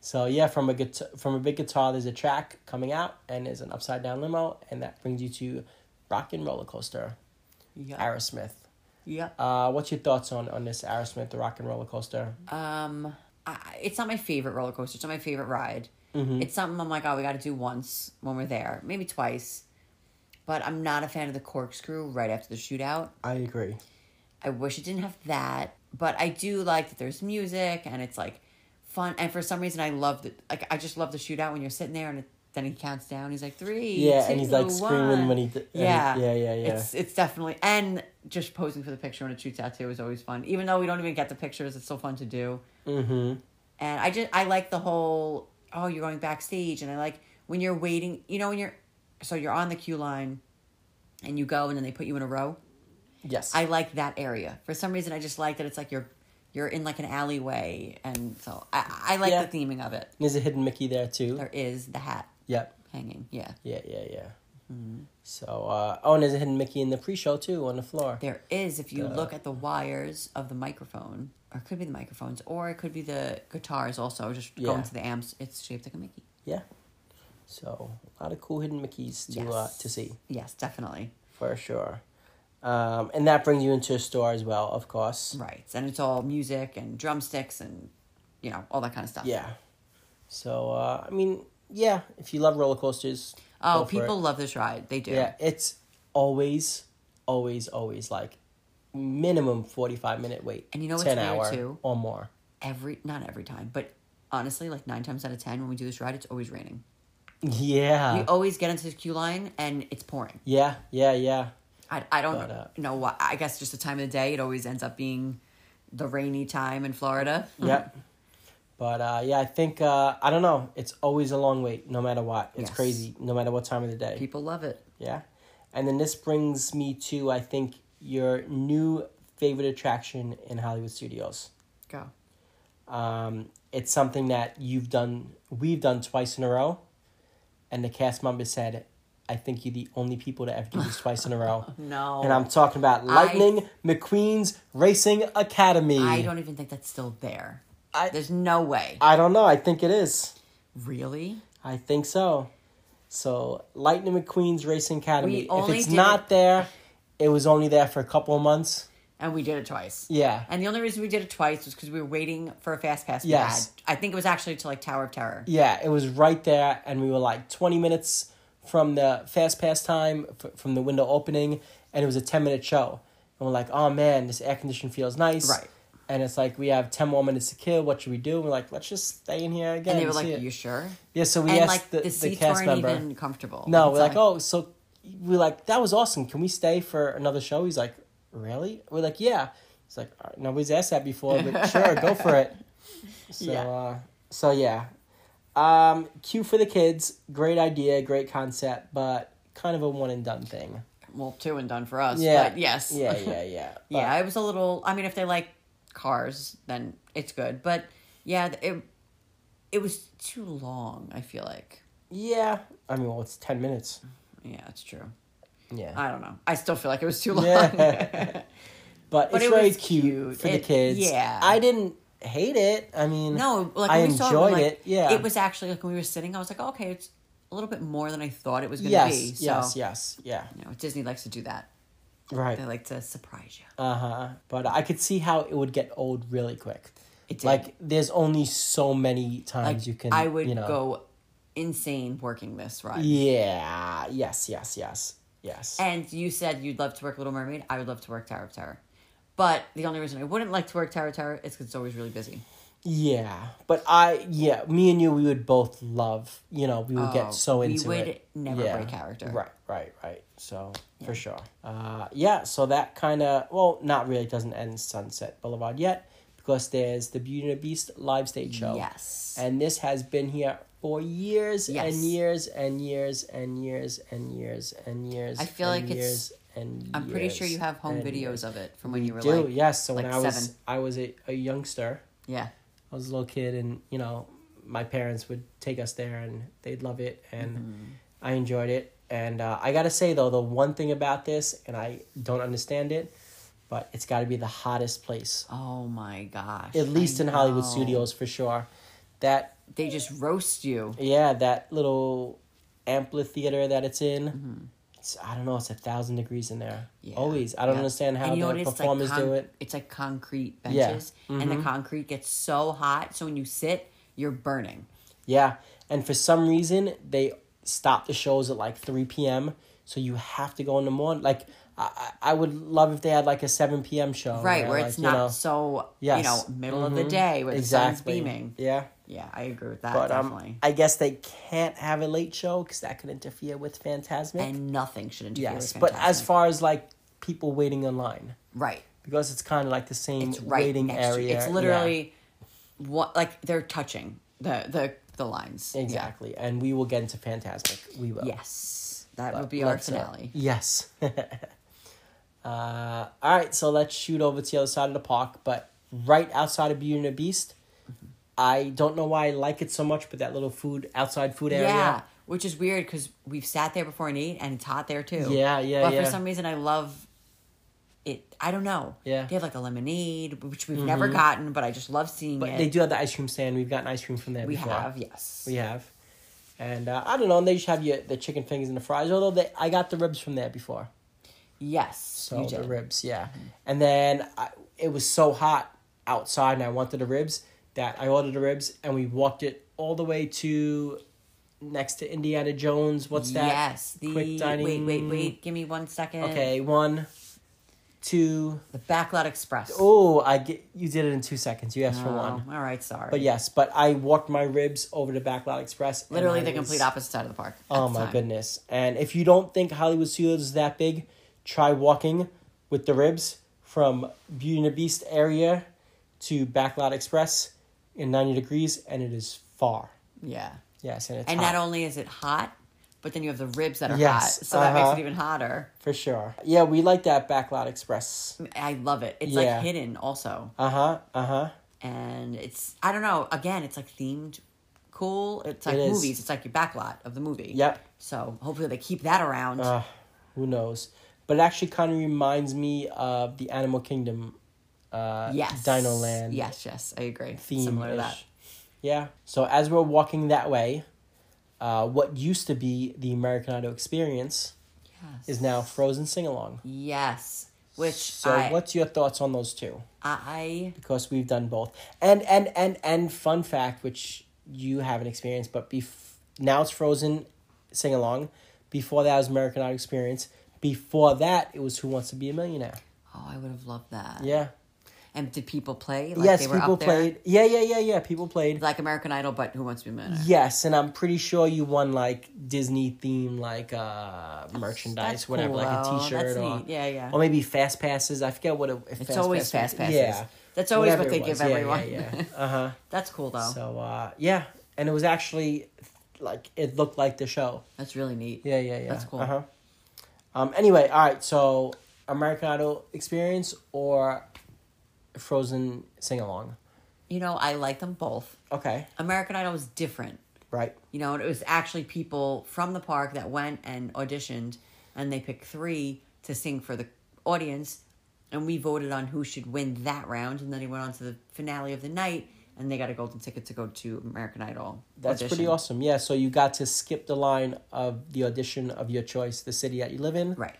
so yeah, from a guitar, from a big guitar, there's a track coming out, and there's an upside down limo, and that brings you to Rock and Roller Coaster,
Yeah.
Aerosmith.
Yeah.
Uh, what's your thoughts on on this Aerosmith, the Rock and Roller Coaster?
Um, I, it's not my favorite roller coaster. It's not my favorite ride.
Mm-hmm.
It's something I'm like, oh, we got to do once when we're there, maybe twice. But I'm not a fan of the corkscrew right after the shootout.
I agree.
I wish it didn't have that, but I do like that there's music and it's like fun. And for some reason, I love the like. I just love the shootout when you're sitting there and it, then he counts down. He's like three,
Yeah, and he's, like,
two,
screaming when
one."
he d- and he-
yeah,
yeah, yeah, yeah.
It's it's definitely and just posing for the picture when it shoots out too is always fun. Even though we don't even get the pictures, it's still fun to do. Mm-hmm. And I just I like the whole oh you're going backstage and I like when you're waiting. You know when you're so you're on the queue line, and you go and then they put you in a row.
Yes.
I like that area. For some reason, I just like that it's like you're you're in like an alleyway, and so I, I like
Yeah.
the theming of it.
There's a hidden Mickey there too.
There is the hat
Yep.
hanging, yeah.
Yeah, yeah, yeah.
Mm-hmm.
So, uh, oh, and there's a hidden Mickey in the pre-show too on the floor.
There is if you look at the wires of the microphone, or it could be the microphones, or it could be the guitars. Also, just
Yeah.
going to the amps, it's shaped like a Mickey.
Yeah. So a lot of cool hidden Mickeys to uh,
Yes.
to see
Yes, definitely.
for sure. Um, and that brings you into a store as well, of course.
Right, and it's all music and drumsticks and you know all that kind of stuff.
Yeah. So uh, I mean, yeah, if you love roller coasters,
Oh,
go for it.
people love this ride. They do.
Yeah, it's always, always, always like minimum forty-five minute wait.
And you know what's
10
weird,
hour
too?
or more.
Every not every time, but honestly, like nine times out of ten, when we do this ride, it's always raining.
Yeah.
We always get into the queue line and it's pouring.
yeah. Yeah. Yeah.
I, I don't
But, uh,
know why. I guess just the time of the day, it always ends up being the rainy time in Florida.
Yep. But uh, yeah, I think uh, I don't know. It's always a long wait, no matter what. It's
Yes.
crazy, no matter what time of the day.
People love it.
Yeah, and then this brings me to I think your new favorite attraction in Hollywood Studios.
Go.
Um, it's something that you've done, we've done twice in a row, and the cast member said, "I think you're the only people to ever do this twice in a row."
No.
and I'm talking about Lightning McQueen's Racing Academy.
I don't even think that's still there.
I-
There's no way.
I don't know. I think it is.
really?
I think so. So Lightning McQueen's Racing
We
Academy. If
only
it's
did
not
it-
there, it was only there for a couple of months.
and we did it twice.
Yeah.
And the only reason we did it twice was because we were waiting for a fast pass. we
Yes.
had. I think it was actually to like Tower of Terror.
Yeah, it was right there, and we were like twenty minutes from the fast pass time f- from the window opening, and it was a ten minute show, and we're like, oh man, this air condition feels nice,
Right.
And it's like we have ten more minutes to kill. What should we do? We're like, let's just stay in here again.
And they were
see
like,
it."
"You sure?"
yeah. So we
and
asked
like
the,
the,
the,
seats
cast
weren't
member.
even comfortable.
No, we're
It's
like, oh, so we're like, that was awesome. Can we stay for another show? He's like, really? We're like, yeah. He's like, "All right, nobody's asked that before, but sure, go for it. So,
Yeah.
Uh, so yeah. Um, cue for the kids. Great idea, great concept, but kind of a one and done thing.
well, two and done for us.
"Oh." Yeah.
but yes.
Yeah, yeah, yeah. But
yeah. It was a little. I mean, if they like cars, then it's good. But yeah, it it was too long. I feel like.
yeah. I mean, well, it's ten minutes.
Yeah, it's true.
Yeah.
I don't know. I still feel like it was too long.
Yeah. but,
But
it's
it
very
was
cute,
cute.
for the
It-
kids.
yeah.
I didn't hate it. I mean,
No, like
I
when we
enjoyed
saw it, we were like-
it. Yeah,
it was actually like when we were sitting, I was like, oh, okay, it's a little bit more than I thought it was going to
yes,
be. So,
yes, yes, yeah,
You know, Disney likes to do that.
right.
They like to surprise you.
Uh huh. But I could see how it would get old really quick.
It did.
Like, there's only so many times
Like,
you can.
I would
you know,
go insane working this ride.
Yeah. Yes. Yes. Yes. Yes.
And you said you'd love to work Little Mermaid. I would love to work Tower of Terror. But the only reason I wouldn't like to work Tower of Terror is because it's always really busy.
yeah. But I. Yeah. Me and you, we would both love. You know, we would
Oh,
get so
we
into
would
it.
never break character.
Right. Right. Right. So for sure. Uh. Yeah. So that kind of. Well, not really. Doesn't end Sunset Boulevard yet because there's the Beauty and the Beast live stage show.
Yes.
And this has been here for years
Yes.
and years and years and years and years and years.
I feel
and
like it's-
years and
I'm pretty sure you
years
have home
and
videos
years.
of it from when you were
Do
like,
yes. So when
like
I was
seven.
I was a, a youngster,
yeah.
I was a little kid, and you know my parents would take us there, and they'd love it, and
Mm-hmm.
I enjoyed it. And uh, I gotta say though, the one thing about this, and I don't understand it, but it's got to be the hottest place,
Oh my gosh.
at least
I
in Hollywood
know.
Studios for sure. That
They just roast you.
yeah, that little amphitheater that it's in. It's, I don't know. It's a thousand degrees in there.
Mm-hmm. Yeah.
Always. I don't
Yeah.
understand how
And you know what it
the
is? It's like
performers do
con-
it.
It's like concrete
Yeah. Mm-hmm.
benches, and the concrete gets so hot, so when you sit, you're burning.
Yeah, and for some reason they stop the shows at like three p.m. So you have to go in the morning. Like I, I I would love if they had like a seven p.m. show.
right, where it's
Oh, like,
not
you know,
so you
Yes. Mm-hmm.
know middle of the day where the sun's beaming. Yeah.
Yeah,
I agree with that
but
definitely.
um, I guess they can't have a late show because that could interfere with Fantasmic.
and nothing should interfere.
yes,
with
but as
Fantasmic.
far as like people waiting in line,
right,
because it's kind of like the same
it's right
waiting
next to you.
area.
It's
yeah.
literally what like they're touching the the the lines. Yeah.
exactly, and we will get into Fantasmic. We will.
Yes, that would
But
be our
let's, uh,
finale.
yes. uh, all right, so let's shoot over to the other side of the park, but right outside of Beauty and the Beast.
Mm-hmm.
I don't know why I like it so much, but that little food outside food area.
Yeah, which is weird because we've sat there before and ate, and it's hot there too.
Yeah, yeah,
But
yeah.
for some reason, I love it. I don't know.
Yeah. Mm-hmm.
they have like a lemonade, which we've never gotten, but I just love seeing
But
it.
they do have the ice cream stand. We've gotten ice cream from there.
We
before.
have yes.
We have. And uh, I don't know. And they just have your, the chicken fingers and the fries. Although they, I got the ribs from there before.
Yes,
So
you
the
did. Mm-hmm.
ribs, yeah. And then I, it was so hot outside, and I wanted the ribs that I ordered the ribs, and we walked it all the way to next to Indiana Jones. What's that?
Yes, the wait, wait, wait. Give me one second.
Okay, one, two.
the Backlot Express.
Oh, I get you did it in two seconds. You asked for
Oh,
one,
All right, sorry.
but yes, but I walked my ribs over to Backlot Express. and
literally
I
the
was-
complete opposite side of the park. at
Oh
the
my
time.
goodness! And if you don't think Hollywood Studios is that big, try walking with the ribs from Beauty and the Beast area to Backlot Express in ninety degrees, and it is far.
Yeah,
Yes, and it's
and
hot,
not only is it hot, but then you have the ribs that are
Yes,
hot, so that makes
uh-huh.
it even hotter.
for sure. Yeah, we like that Backlot Express.
I love it. It's
Yeah.
like hidden also.
Uh huh. Uh huh.
and it's I don't know. Again, it's like themed, cool. It's like
It is.
movies. It's like your back lot of the movie.
Yep. Uh,
So hopefully they keep that around.
Who knows? But it actually kind of reminds me of the Animal Kingdom. Uh,
yes.
Dino Land.
Yes, yes, I agree.
theme
Similar to that.
Yeah. So as we're walking that way, uh, what used to be the American Idol Experience
Yes.
is now Frozen Sing Along.
Yes. Which
So,
I,
what's your thoughts on those two?
I
Because we've done both, and and and and fun fact, which you haven't experienced, but bef- now it's Frozen Sing Along. Before that was American Idol Experience. Before that, it was Who Wants to Be a Millionaire.
oh I would have loved that.
Yeah.
And did people play? Like
yes,
they were
people
up there?
played. Yeah, yeah, yeah, yeah. People played.
Like American Idol, but Who Wants to Be a Millionaire?
Yes, and I'm pretty sure you won like Disney theme like uh merchandise,
that's
whatever, like a
cool.
T-shirt
That's
or
neat. Yeah, yeah.
or maybe fast passes. I forget what it, if
It's always fast passes.
Yeah,
That's always
Whatever
what
it
they
was.
give
Yeah,
everyone.
Yeah, yeah. uh
That's cool though.
huh. so uh, yeah, and it was actually like it looked like the show.
That's really neat.
Yeah, yeah, yeah.
That's cool.
Uh huh. Um. Anyway, all right. So American Idol experience or Frozen sing along.
You know, I like them both.
Okay.
American Idol was different.
Right.
You know, and it was actually people from the park that went and auditioned, and they picked three to sing for the audience, and we voted on who should win that round, and then he went on to the finale of the night, and they got a golden ticket to go to American Idol.
That's pretty
audition.
awesome. Yeah, so you got to skip the line of the audition of your choice, the city that you live in.
Right.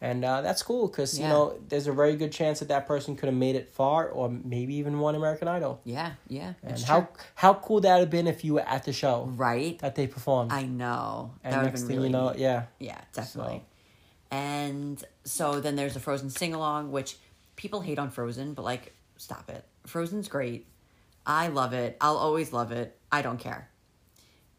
And uh, that's cool because, you
Yeah.
know, there's a very good chance that that person could have made it far or maybe even won American Idol.
Yeah, yeah.
And
it's
how
true.
how cool that would have been if you were at the show
right?
that they performed.
I know.
and
that would have
next
been
thing
really
you know,
neat.
yeah.
Yeah, definitely. And so then there's the Frozen sing along, which people hate on Frozen, but like, stop it. Frozen's great. I love it. I'll always love it. I don't care.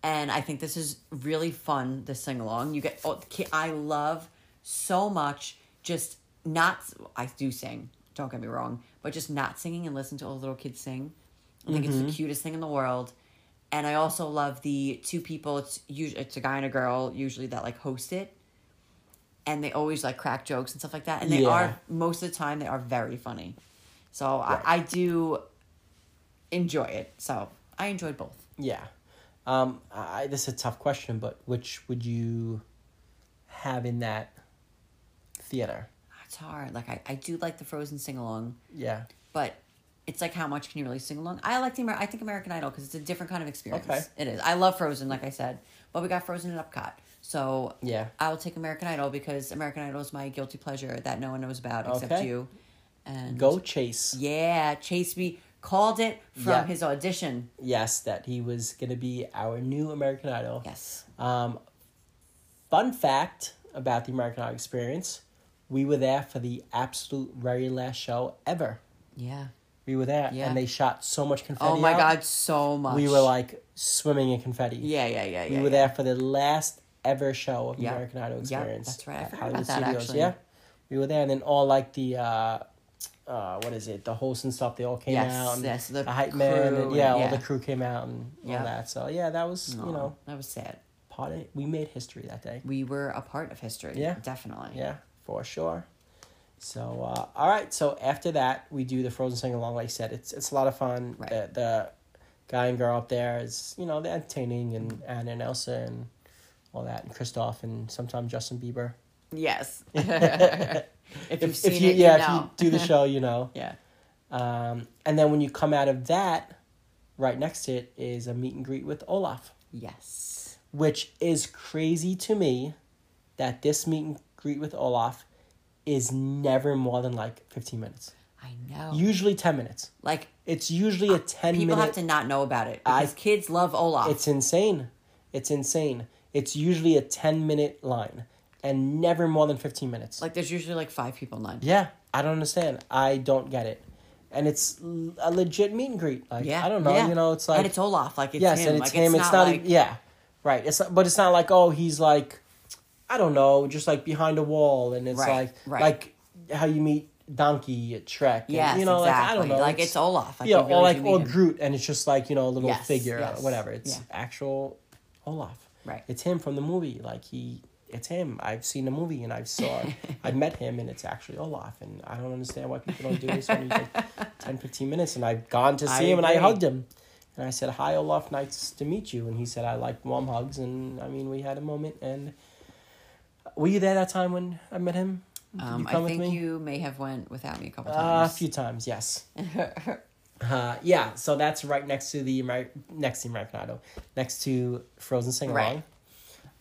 And I think this is really fun. This sing along, you get. Oh, the ki- I love so much. Just not. I do sing. Don't get me wrong, but just not singing and listen to all the little kids sing. I think it's the cutest thing in the world. And I also love the two people. It's usually it's a guy and a girl usually that like host it, and they always like crack jokes and stuff like that. And they
Yeah.
are most of the time they are very funny. So I, I do enjoy it. So I enjoyed both.
Yeah. Um, I, this is a tough question, but which would you have in that theater?
It's hard. Like I, I do like the Frozen sing along,
Yeah.
but it's like how much can you really sing along? I like the Amer- I think American Idol because it's a different kind of experience.
Okay.
It is. I love Frozen, like I said, but we got Frozen at Epcot, so
Yeah.
I will take American Idol because American Idol is my guilty pleasure that no one knows about except
Okay.
you. And
Go Chase.
yeah, Chase B called it from
Yeah.
his audition.
Yes, that he was going to be our new American Idol.
Yes.
Um, fun fact about the American Idol experience we were there for the absolute very last show ever.
Yeah.
We were there,
Yeah.
and they shot so much confetti.
Oh my
out,
God, so much.
We were like swimming in confetti.
yeah, yeah, yeah, yeah.
we were
yeah.
there for the last ever show of
Yeah.
American Idol
Yeah,
experience.
that's right. I
at
forgot about that, actually.
Yeah, we were there, and then all like the. Uh, uh, what is it? The hosts and stuff. They all came
Yes,
out. And
yes, the
hype man.
crew
And,
and-
yeah, all
yeah.
the crew came out and
Yeah.
all that. So yeah, that was
Aw,
you know
that was sad.
part of, we made history that day.
We were a part of history.
Yeah.
definitely.
Yeah, for sure. So uh, all right. So after that, we do the Frozen sing along. Like I said, it's it's a lot of fun.
Right.
The, the guy and girl up there is you know they're entertaining and Anna and Elsa and all that and Kristoff and sometimes Justin Bieber.
Yes. if you've seen it,
yeah,
you know.
if you do the show, you know.
yeah.
Um, and then when you come out of that, right next to it is a meet and greet with Olaf.
Yes.
which is crazy to me that this meet and greet with Olaf is never more than like 15 minutes.
I know.
Usually 10 minutes.
like
It's usually a 10
people
minute.
have to not know about it because
I-
kids love Olaf.
It's insane. It's insane. It's usually a 10 minute line and never more than 15 minutes.
like there's usually like five people in line.
yeah, I don't understand. I don't get it. And it's l- a legit meet and greet. Like, I don't know.
yeah.
You know, it's like.
and it's Olaf. Like it's
yes,
him.
and it's
like,
him. It's, not,
like,
even yeah, right. It's not, but it's not like oh he's like, I don't know, just like behind a wall, and it's
Right,
like
right.
like how you meet Donkey at Trek. and,
Yes,
you know, like I
exactly.
don't know,
Like, it's Olaf. Like,
yeah,
you really
or like
do meet
or
him.
Groot, and it's just like you know a little
Yes,
figure,
yes,
or whatever. It's
yeah.
actual Olaf.
Right.
It's him from the movie. Like he, it's him. I've seen the movie, and I've saw, I met him, and it's actually Olaf. And I don't understand why people don't do this when he's like 10, 15 minutes, and I've gone to see
I
him, and I
agree.
hugged him. And I said, "Hi, Olaf. Nice to meet you." And he said, "I like warm hugs." And I mean, we had a moment. And were you there that time when I met him? Did Ah,
Um, I think you may have went without me a couple times.
a few times, yes. Uh, yeah, so that's right next to the Ameri- next to the American Idol, next to Frozen Sing Along.
Right.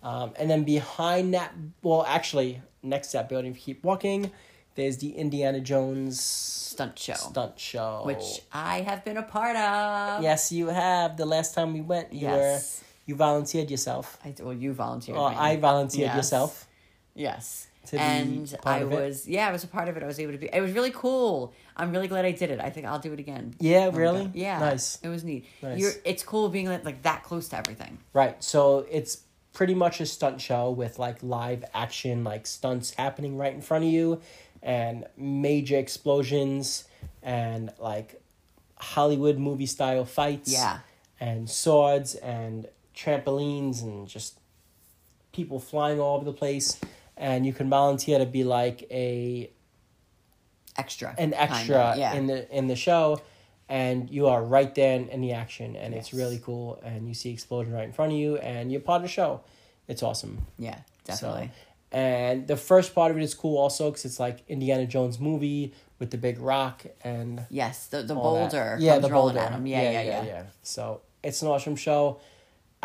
Um, and then behind that, well, actually, next to that building, if you keep walking, there's the Indiana Jones
Stunt show.
Stunt show.
Which I have been a part of.
yes, you have. The last time we went, you
Yes.
were you volunteered yourself.
I, well, you volunteered.
Or
me.
Oh, I volunteered
Yes.
yourself.
Yes.
to be
and
part
I
of it?
was, yeah, I was a part of it. I was able to be. It was really cool. I'm really glad I did it. I think I'll do it again.
Yeah,
when I'm
really?
done. Yeah.
Nice.
It was neat.
Nice.
You're, it's cool being like, like that close to everything.
Right. So it's pretty much a stunt show with like live action, like stunts happening right in front of you, and major explosions, and like Hollywood movie style fights.
Yeah.
And swords and trampolines and just people flying all over the place. And you can volunteer to be like a
Extra.
an
kinda,
extra
yeah.
in the in the show and you are right there in, in the action and it's really cool and you see explosion right in front of you and you're part of the show it's awesome
yeah,
So,
definitely.
and the first part of it is cool also because it's like indiana jones movie with the big rock and
yes, the, the
all that.
boulder. Yeah, the boulder. At him. Yeah, yeah, yeah,
so it's an awesome show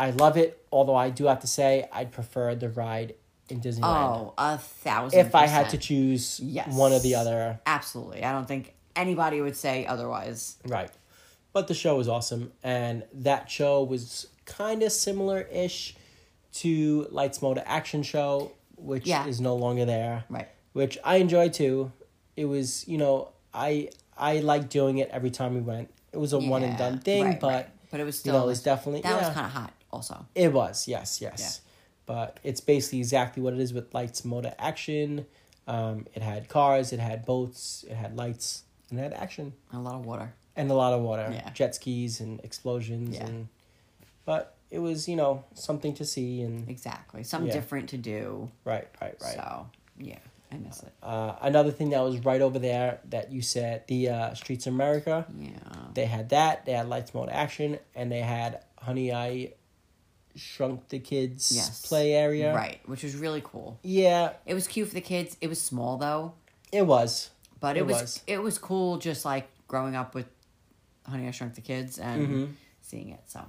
i love it although i do have to say i'd prefer the ride in disneyland
Oh, a thousand.
if i had to
percent.
choose
Yes.
one or the other
Absolutely. I don't think anybody would say otherwise.
Right. But the show was awesome, and that show was kind of similar ish to Lights Motor Action Show, which
Yeah.
is no longer there.
Right.
Which I enjoyed too. It was, you know, I I liked doing it every time we went. It was a one and
Yeah,
done thing,
right,
but
right. but it was
you
still
know, it was definitely
that
yeah.
was kind of hot also.
It was, yes, yes. But it's basically exactly what it is with lights, motor, action. Um, it had cars, it had boats, it had lights, and it had action
And a lot of water.
and a lot of water,
Yeah.
jet skis and explosions,
Yeah.
and but it was you know something to see and
Exactly. Something
Yeah.
different to do.
right, right, right.
So yeah, I miss it.
Uh, another thing that was right over there that you said the uh, Streets of America.
yeah.
They had that. They had Lights Mode Action, and they had Honey I Shrunk the Kids
Yes.
play area.
Right, which was really cool.
Yeah,
It was cute for the kids. It was small though,
it was.
but it,
It
was,
was.
it was cool. Just like growing up with Honey I Shrunk the Kids and
Mm-hmm.
seeing it. So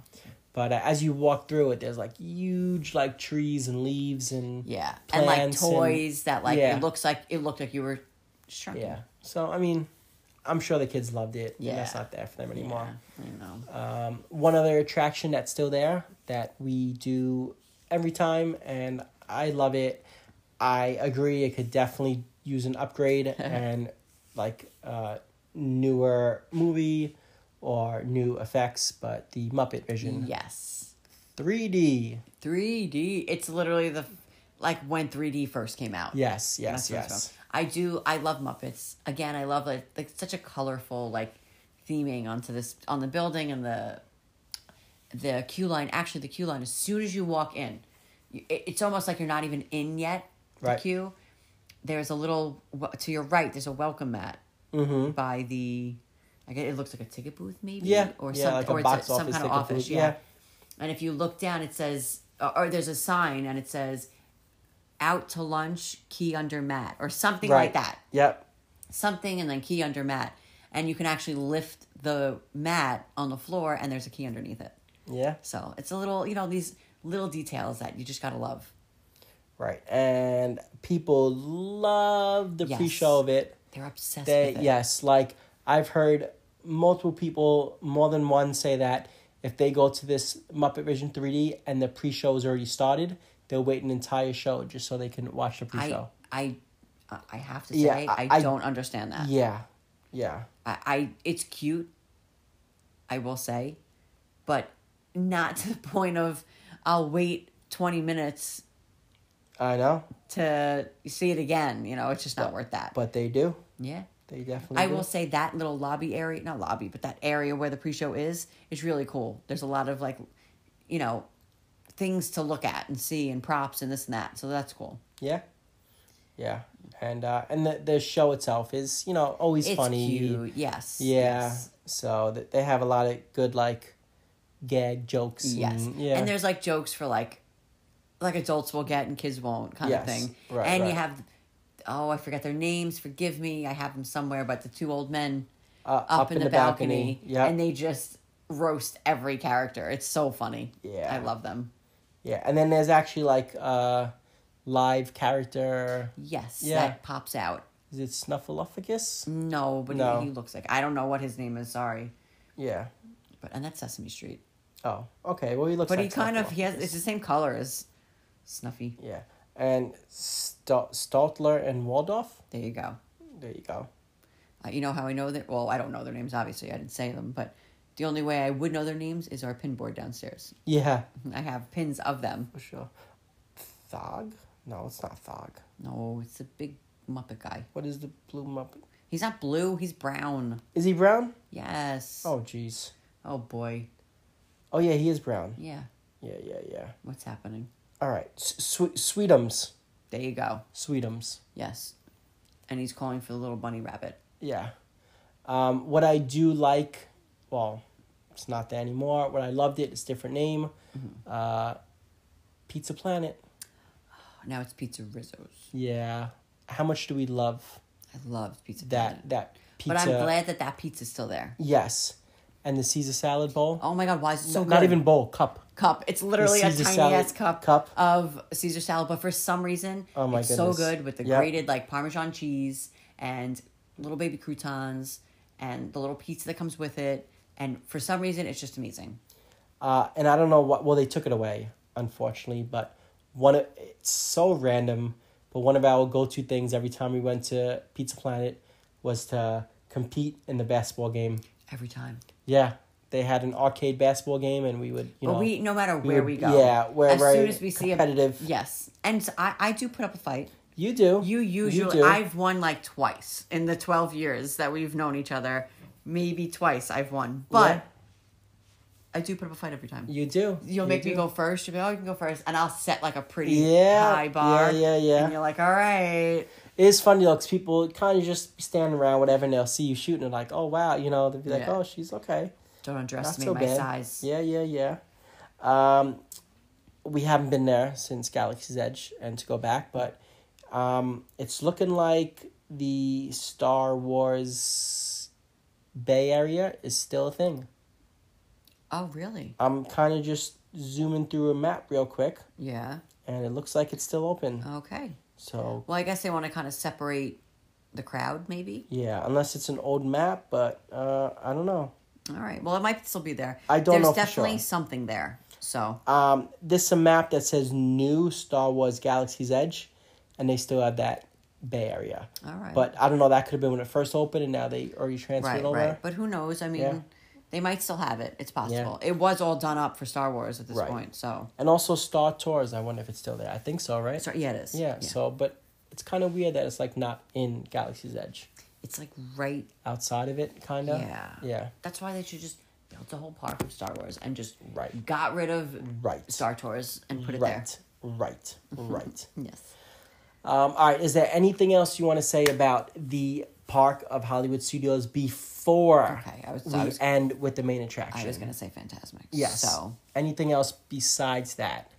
But uh, as you walk through it, there's like huge like trees and leaves and
yeah, and like
plants and-
toys that like
Yeah.
it looks like it looked like you were shrunken.
Yeah. So I mean, I'm sure the kids loved it. Yeah.
Yeah.
that's not there for them
Yeah,
anymore.
I know.
One other attraction that's still there that we do every time, and I love it. I agree. It could definitely use an upgrade and like uh, newer movie or new effects. But the Muppet Vision
yes.
3D.
3D. It's literally the like when 3D first came out.
Yes. Yes.
That's what it's
Yes.
from. I do. I love Muppets. Again, I love like, like such a colorful like theming onto this on the building and the the queue line. Actually, the queue line. As soon as you walk in, you, it, it's almost like you're not even in yet. The
Right.
queue. There's a little to your right. There's a welcome mat by the. I guess it looks like a ticket booth, maybe.
Yeah,
Or
yeah,
some,
like a
or
box
it's some
office
kind of
ticket
office.
booth,
Yeah.
yeah.
And if you look down, it says, or or there's a sign, and it says, "Out to lunch, key under mat," or something like that.
Yep.
Something, and then key under mat, and you can actually lift the mat on the floor, and there's a key underneath it.
Yeah.
So it's a little, you know, these little details that you just gotta love.
Right. And people love the
Yes.
pre-show of it.
They're obsessed
They
with it.
yes, like I've heard multiple people, more than one, say that if they go to this Muppet Vision three D and the pre show is already started, they'll wait an entire show just so they can watch the pre
I,
show.
I, uh, I have to say,
Yeah,
I,
I- I-
don't understand that.
Yeah, yeah,
I, I it's cute, I will say, but not to the point of I'll wait twenty minutes
I know,
to see it again. You know, it's just not worth that.
but they do.
yeah.
They definitely.
I
do.
will say that little lobby area, not lobby, but that area where the pre-show is, is really cool. There's a lot of like, you know, things to look at and see and props and this and that. So that's cool.
Yeah, yeah, and uh, and the the show itself is you know always
It's
funny.
cute. Yes.
Yeah,
yes.
so th- they have a lot of good like gag jokes.
Yes.
and, Mm, yeah,
And there's like jokes for like like adults will get and kids won't kind
Yes.
of thing.
Right,
and
right.
you have oh, I forget their names, forgive me. I have them somewhere, but the two old men
Uh,
up, in, the, balcony,
Yep.
and they just roast every character. It's so funny.
Yeah.
I love them.
yeah, and then there's actually like uh, live character.
Yes,
Yeah.
that pops out.
Is it Snuffleupagus?
No, but he-
No.
He, looks like I don't know what his name is. Sorry,
Yeah.
but and that's Sesame Street.
Oh, okay. Well, he looks.
But
like
he kind of he has
Snuffleupagus.
it's the same color as Snuffy.
Yeah, and Sto- Stotler and Waldorf.
There you go.
There you go.
Uh, you know how I know that? Well, I don't know their names. Obviously, I didn't say them, but the only way I would know their names is our pin board downstairs.
Yeah,
I have pins of them.
for sure. Thog? No, it's not Thog.
No, it's a big Muppet guy.
What is the blue Muppet?
He's not blue. He's brown.
Is he brown?
Yes.
Oh, jeez.
Oh boy.
Oh yeah, he is brown.
Yeah.
Yeah, yeah, yeah.
What's happening?
All right, S- swe- Sweetums,
There you go.
Sweetums.
Yes. And he's calling for the little bunny rabbit.
Yeah. Um, what I do like, well, it's not that anymore. What I loved it, it's a different name. Uh, Pizza Planet.
Now it's Pizza Rizzo's.
Yeah. How much do we love
I love Pizza
that
Planet.
that pizza?
But I'm glad that that pizza's still there.
Yes, and the Caesar salad bowl.
Oh my God, why is it so
N-
good?
not even bowl cup.
cup. It's literally a
Caesar
tiny
salad
ass cup,
cup.
of Caesar salad, but for some reason,
Oh my
it's
goodness.
so good with the
Yep.
grated like Parmesan cheese and little baby croutons and the little pizza that comes with it. And for some reason, it's just amazing.
Uh, and I don't know what. Well, they took it away, unfortunately. But one, of, it's so random. But one of our go to things every time we went to Pizza Planet was to compete in the basketball game.
Every time.
Yeah, they had an arcade basketball game, and we would you
But
know
we, no matter where
would-
we go,
yeah, we're
as
very
soon as we see
competitive.
A, yes, and so I, I do put up a fight.
you do
You usually,
do.
I've won like twice in the twelve years that we've known each other. Maybe twice I've won, but
Yeah.
I do put up a fight every time.
you do
You'll
You
make me
do.
go first. You'll be, oh, you can go first, and I'll set like a pretty
Yeah,
high bar.
yeah, yeah, yeah.
And you're like, all right,
It is funny though, 'cause people kind of just be standing around, whatever, and they'll see you shooting, and like, oh wow, you know, they'll be like,
Yeah.
oh, she's okay.
don't
Not
underestimate
so
my
bad.
size.
Yeah, yeah, yeah. Um, we haven't been there since Galaxy's Edge, and to go back, but um, it's looking like the Star Wars Bay Area is still a thing.
Oh, really?
I'm kind of just zooming through a map real quick,
Yeah.
and it looks like it's still open.
Okay.
So
Well, I guess they want to kind of separate the crowd, maybe.
yeah, unless it's an old map, but uh, I don't know.
All right. Well, it might still be there.
I don't
There's
know for
definitely
sure.
something there. So
Um, this is a map that says new Star Wars Galaxy's Edge, and they still have that Bay Area.
All right.
But I don't know. That could have been when it first opened, and now they already transferred
right,
over.
right. But who knows? I mean,
Yeah.
they might still have it. It's possible. It was all done up for Star Wars at this
Right.
point. So.
and also Star Tours. I wonder if it's still there. I think so, right?
so yeah, it is.
yeah, So, but it's kind of weird that it's like not in Galaxy's Edge.
it's like right
Outside of it, kind of.
Yeah.
Yeah.
That's why they should just build the whole park of Star Wars and just
Right.
got rid of
Right.
Star Tours and put it
Right. Right.
Mm-hmm.
Right.
there. Yes.
Um, all right. Is there anything else you want to say about the park of Hollywood Studios before
Okay, I was-
we
I was-
end with the main attraction?
I was gonna say Fantasmic.
Yes.
So
anything else besides that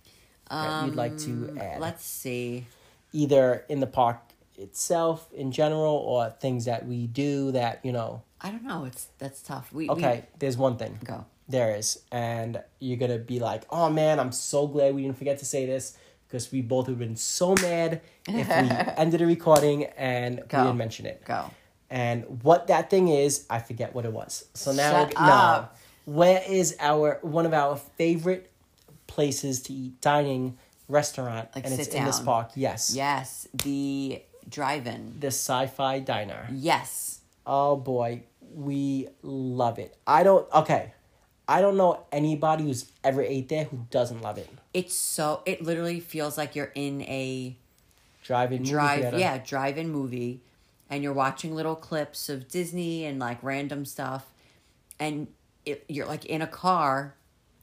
that you'd like to add,
Um, let's see.
either in the park itself in general or things that we do that you know?
I don't know. It's that's tough. We we-
Okay, there's one thing.
Go.
There is, and you're gonna be like, "Oh man, I'm so glad we didn't forget to say this." Because we both would have been so mad if we ended the recording and
Go.
we didn't mention it.
Go.
And what that thing is, I forget what it was. So now,
Shut
no.
up.
where is our one of our favorite places to eat dining restaurant?
Like
and it's
sit
in this
down.
park. Yes.
Yes, the drive-in.
The sci-fi diner.
Yes.
Oh boy, we love it. I don't okay. I don't know anybody who's ever ate there who doesn't love it.
It's so it literally feels like you're in a
Drive in movie
drive
theater.
yeah drive-in movie and you're watching little clips of disney and like random stuff and it, you're like in a car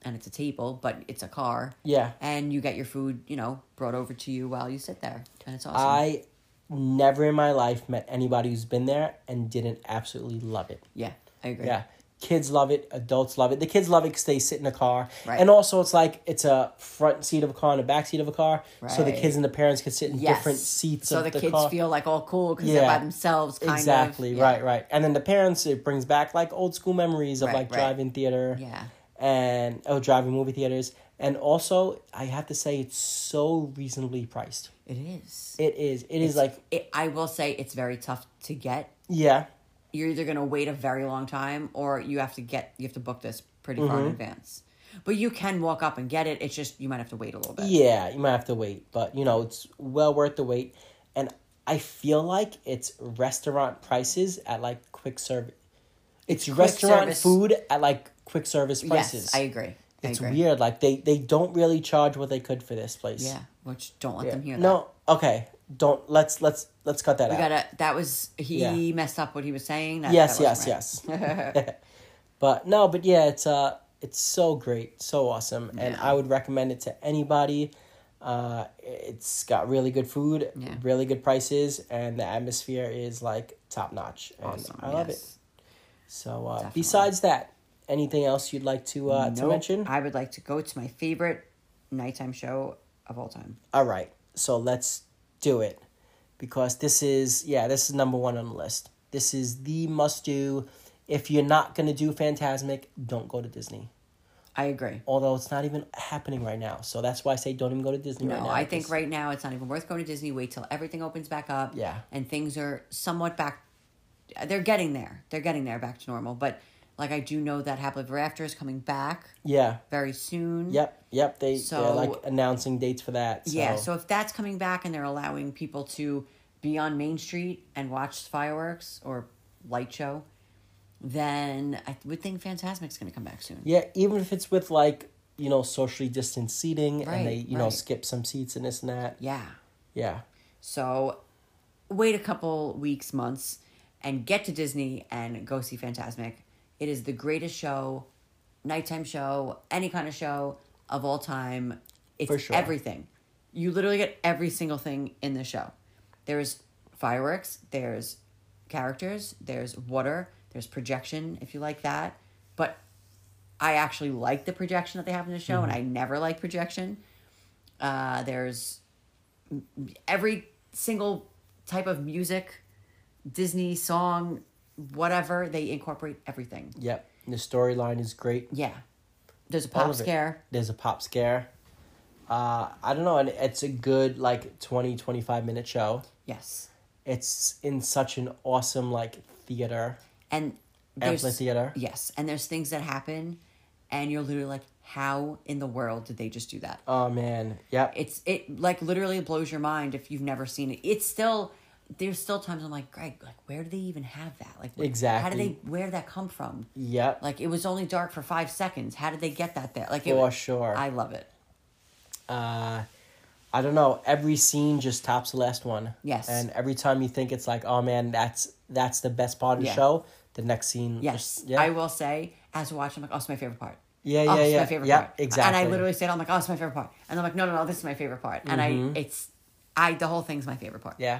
and it's a table but it's a car
Yeah.
and you get your food you know brought over to you while you sit there and it's awesome
I never in my life met anybody who's been there and didn't absolutely love it.
yeah i agree
Yeah. Kids love it. Adults love it. The kids love it because they sit in a car,
Right.
and also it's like it's a front seat of a car and a back seat of a car, so the
Right.
kids and the parents can sit in different seats.
So
of
the,
the,
kids
car.
feel like all cool because they're
Yeah.
by themselves. Kind
exactly
of.
right, right. And then the parents it brings back like old school memories of
Right,
like
right.
drive-in theater,
Yeah.
and oh, drive-in movie theaters. And also, I have to say, it's so reasonably priced.
It is.
It is. It is like
It, I will say it's very tough to get.
yeah,
You're either going to wait a very long time or you have to get you have to book this pretty far
Mm-hmm.
in advance. But you can walk up and get it. It's just you might have to wait a little bit.
yeah. You might have to wait, but you know it's well worth the wait. And I feel like it's restaurant prices at like quick service. It's restaurant
service.
food at like quick service prices.
Yes, I agree. I
It's
agree.
weird. Like they they don't really charge what they could for this place.
Yeah, which don't let them hear that.
No, okay. Don't let's let's let's cut that
We
out.
gotta. That was he
Yeah.
messed up what he was saying. That,
yes,
that
yes,
wasn't
yes. but no, but yeah, it's uh it's so great, so awesome, and I would recommend it to anybody. Uh, it's got really good food,
Yeah.
really good prices, and the atmosphere is like top notch. And
right. Awesome,
I love
yes.
it. So uh,
Definitely.
besides that, anything else you'd like to uh, to
Nope.
mention?
I would like to go to my favorite nighttime show of all time.
All right, so let's do it because this is yeah, this is number one on the list. This is the must do. If you're not gonna do Fantasmic, don't go to Disney.
I agree.
Although it's not even happening right now, so that's why I say don't even go to Disney
No,
right now.
I think
because-
right now it's not even worth going to Disney. Wait till everything opens back up.
Yeah.
And things are somewhat back. They're getting there. They're getting there back to normal. But like I do know that Happily Ever After is coming back
Yeah.
very soon.
Yep. Yep. They
So-
they're like announcing dates for that. So.
Yeah. So if that's coming back and they're allowing people to be on Main Street and watch fireworks or light show, then I would think Fantasmic's going to come back soon.
yeah, even if it's with like you know socially distanced seating
Right,
and they you know
right.
skip some seats and this and that.
Yeah.
Yeah.
So wait a couple weeks, months, and get to Disney and go see Fantasmic. It is the greatest show, nighttime show, any kind of show of all time. It's
For sure.
everything. You literally get every single thing in the show. There's fireworks, there's characters, there's water, there's projection if you like that. But I actually like the projection that they have in the show,
Mm-hmm.
and I never like projection. Uh, there's every single type of music, Disney song, whatever, they incorporate everything.
Yep. And the storyline is great.
Yeah. There's a
All
pop
of it.
scare.
There's a pop scare. Uh, I don't know, and it's a good like 20, 25 minute show.
Yes.
It's in such an awesome like theater.
And there's
Amphitheater.
Yes. And there's things that happen and you're literally like, how in the world did they just do that?
Oh man, yep.
It's it like literally blows your mind if you've never seen it. It's still there's still times I'm like, Greg, like where do they even have that? Like wh- How
Exactly.
did they where did that come from?
yep.
Like it was only dark for five seconds. How did they get that there? Like it,
For
wa-
sure.
I love it.
I don't know. Every scene just tops the last one.
Yes.
And every time you think it's like, oh man, that's that's the best part of the
Yeah.
show. The next scene.
Yes,
just- yeah.
I will say as a watch, I'm like, oh, it's my favorite part.
Yeah, yeah,
oh, it's
yeah.
my favorite
Yeah,
part.
exactly.
And I literally said, I'm like, oh, it's my favorite part. And I'm like, no, no, no, this is my favorite part. And I, it's, I, the whole thing's my favorite part.
Mm-hmm. Yeah.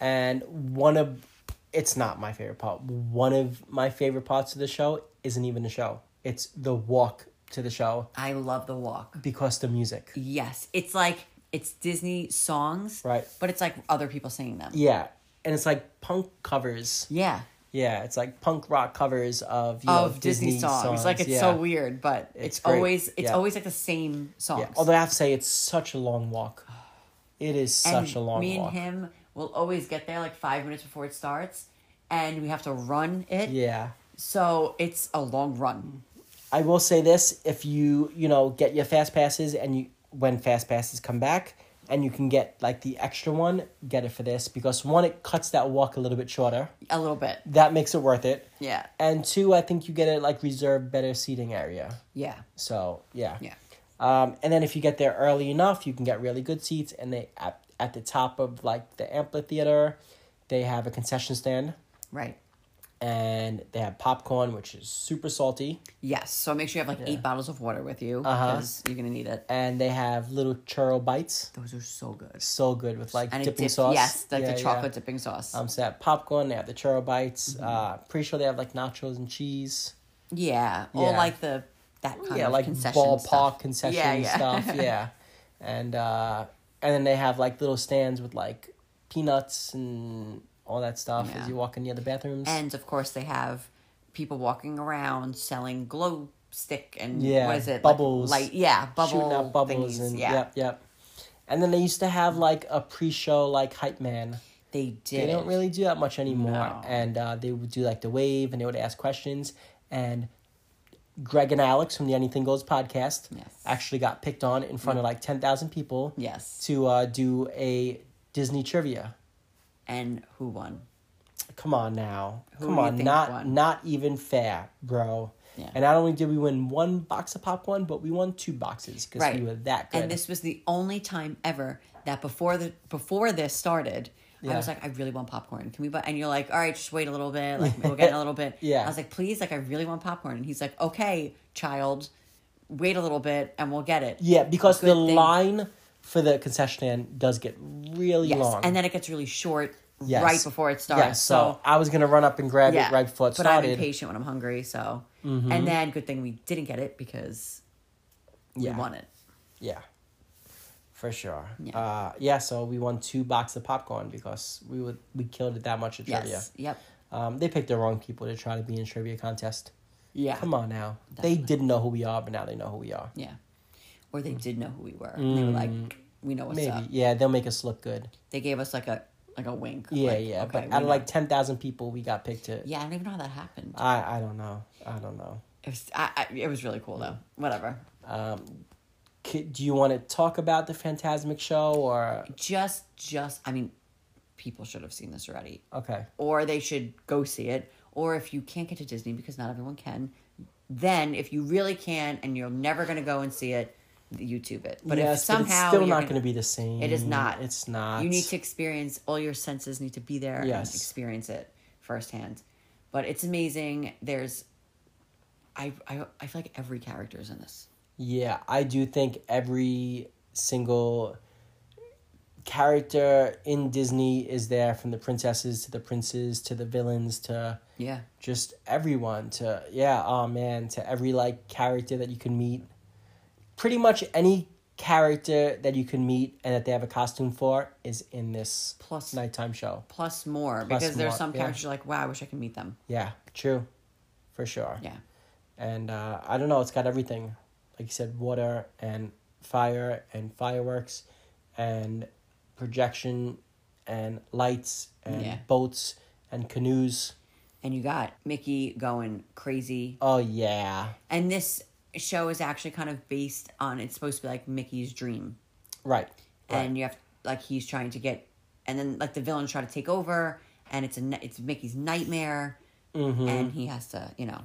And one of, it's not my favorite part. One of my favorite parts of the show isn't even the show. It's the walk to the show
I love the walk.
because the music.
Yes, it's like it's Disney songs,
Right.
But it's like other people singing them.
Yeah. And it's like punk covers.
Yeah,
Yeah, it's like punk rock covers of you know,
of Disney,
Disney
songs. Like it's
yeah.
so weird, but it's,
It's great.
always it's
Yeah.
always like the same songs.
Yeah. Although I have to say, it's such a long walk. It is
And
such a long
me and
walk.
him will always get there like five minutes before it starts, and we have to run it.
Yeah.
So it's a long run.
I will say this: if you you know get your fast passes and you when fast passes come back and you can get like the extra one, get it for this because one it cuts that walk a little bit shorter.
A little bit.
That makes it worth it.
Yeah.
And two, I think you get it like reserved better seating area.
Yeah.
So yeah.
Yeah.
Um, and then if you get there early enough, you can get really good seats. And they at, at the top of like the amphitheater, they have a concession stand.
Right.
and they have popcorn, which is super salty,
Yes. So make sure you have like eight bottles of water with you
Uh-huh.
because you're gonna need it.
and they have little churro bites.
Those are so good.
So good with like
And it
dipping
dip-
sauce.
Yes, like
Yeah,
the chocolate
yeah.
dipping Mm-hmm. sauce.
Um, so they have popcorn. They have the churro bites. Uh, pretty sure they have like nachos and cheese.
Yeah. Or
Yeah.
like the that kind
yeah,
of
like
concession
ballpark
stuff.
concession
Yeah, yeah.
stuff. Yeah, and uh, and then they have like little stands with like peanuts and all that stuff
Yeah.
as you walk in the other bathrooms.
And of course, they have people walking around selling glow stick and
yeah,
what is it like
bubbles,
light yeah bubble
shooting out bubbles,
thingies,
and
yeah
yep, yep. And then they used to have like a pre-show like hype man.
they did
They don't really do that much anymore,
No.
and uh, they would do like the wave, and they would ask questions. And Greg and Alex from the Anything Goes podcast
Yes.
actually got picked on in front of like ten thousand people.
yes
to uh, do a Disney trivia.
and who won
Come on now.
Who
Come
do you
on,
think
not
won?
not even fair, bro.
Yeah.
And not only did we win one box of popcorn, but we won two boxes because we were that good.
And this was the only time ever that before the before this started, I
Yeah.
was like, I really want popcorn. Can we? Buy? And you're like, all right, just wait a little bit. Like we'll get in a little bit.
Yeah.
I was like, please, like I really want popcorn. And he's like, okay, child, wait a little bit and we'll get it.
yeah, because
Good
the
thing.
line for the concession stand does get really
Yes.
long.
And then it gets really short
Yes.
right before it starts.
Yeah, so, I was gonna run up and grab
yeah.
it right before it
but I'm
started. Mm-hmm.
impatient when I'm hungry. So and then good thing we didn't get it because
Yeah.
we won it.
Yeah. For sure.
Yeah.
Uh, yeah, so we won two boxes of popcorn because we would we killed it that much at trivia.
Yes. Yep.
Um, they picked the wrong people to try to be in trivia contest.
Yeah.
Come on now. They
Definitely.
didn't know who we are, but now they know who we are.
Yeah. Or they did know who we were. And they were like, we know what's
Mm. Maybe.
up.
Yeah, they'll make us look good.
They gave us like a like a wink.
Yeah,
like,
yeah.
okay,
but
we
out of like
know.
10,000 people, we got picked to.
Yeah, I don't even know how that happened.
I, I don't know. I don't know.
it was I, I, it was really cool though. Whatever.
Ki- Do you want to talk about the Phantasmic show or.
Just just I mean, people should have seen this already.
Okay.
Or they should go see it. Or if you can't get to Disney because not everyone can, then if you really can and you're never gonna go and see it, YouTube it. But if
Yes, but
somehow
it's still
you're
not
gonna-
going to be the same.
It is not.
Mm, It's not.
You need to experience all your senses need to be there
Yes.
and experience it firsthand. But it's amazing. There's I I I feel like every character is in this.
Yeah, I do think every single character in Disney is there from the princesses to the princes to the villains to
Yeah.
just everyone to yeah, oh man, to every like character that you can meet. Pretty much any character that you can meet and that they have a costume for is in this
Plus-
nighttime show.
Plus more
Plus
because there's
more,
some
yeah.
characters you're like, wow, I wish I could meet them.
Yeah, true. For sure.
Yeah.
and uh, I don't know. It's got everything, like you said, water and fire and fireworks, and projection, and lights and
Yeah.
boats and canoes.
And you got Mickey going crazy.
Oh yeah,
And this show is actually kind of based on it's supposed to be like Mickey's dream.
right. right.
and you have like he's trying to get and then like the villains try to take over and it's a ni- it's Mickey's nightmare
Mm-hmm.
and he has to you know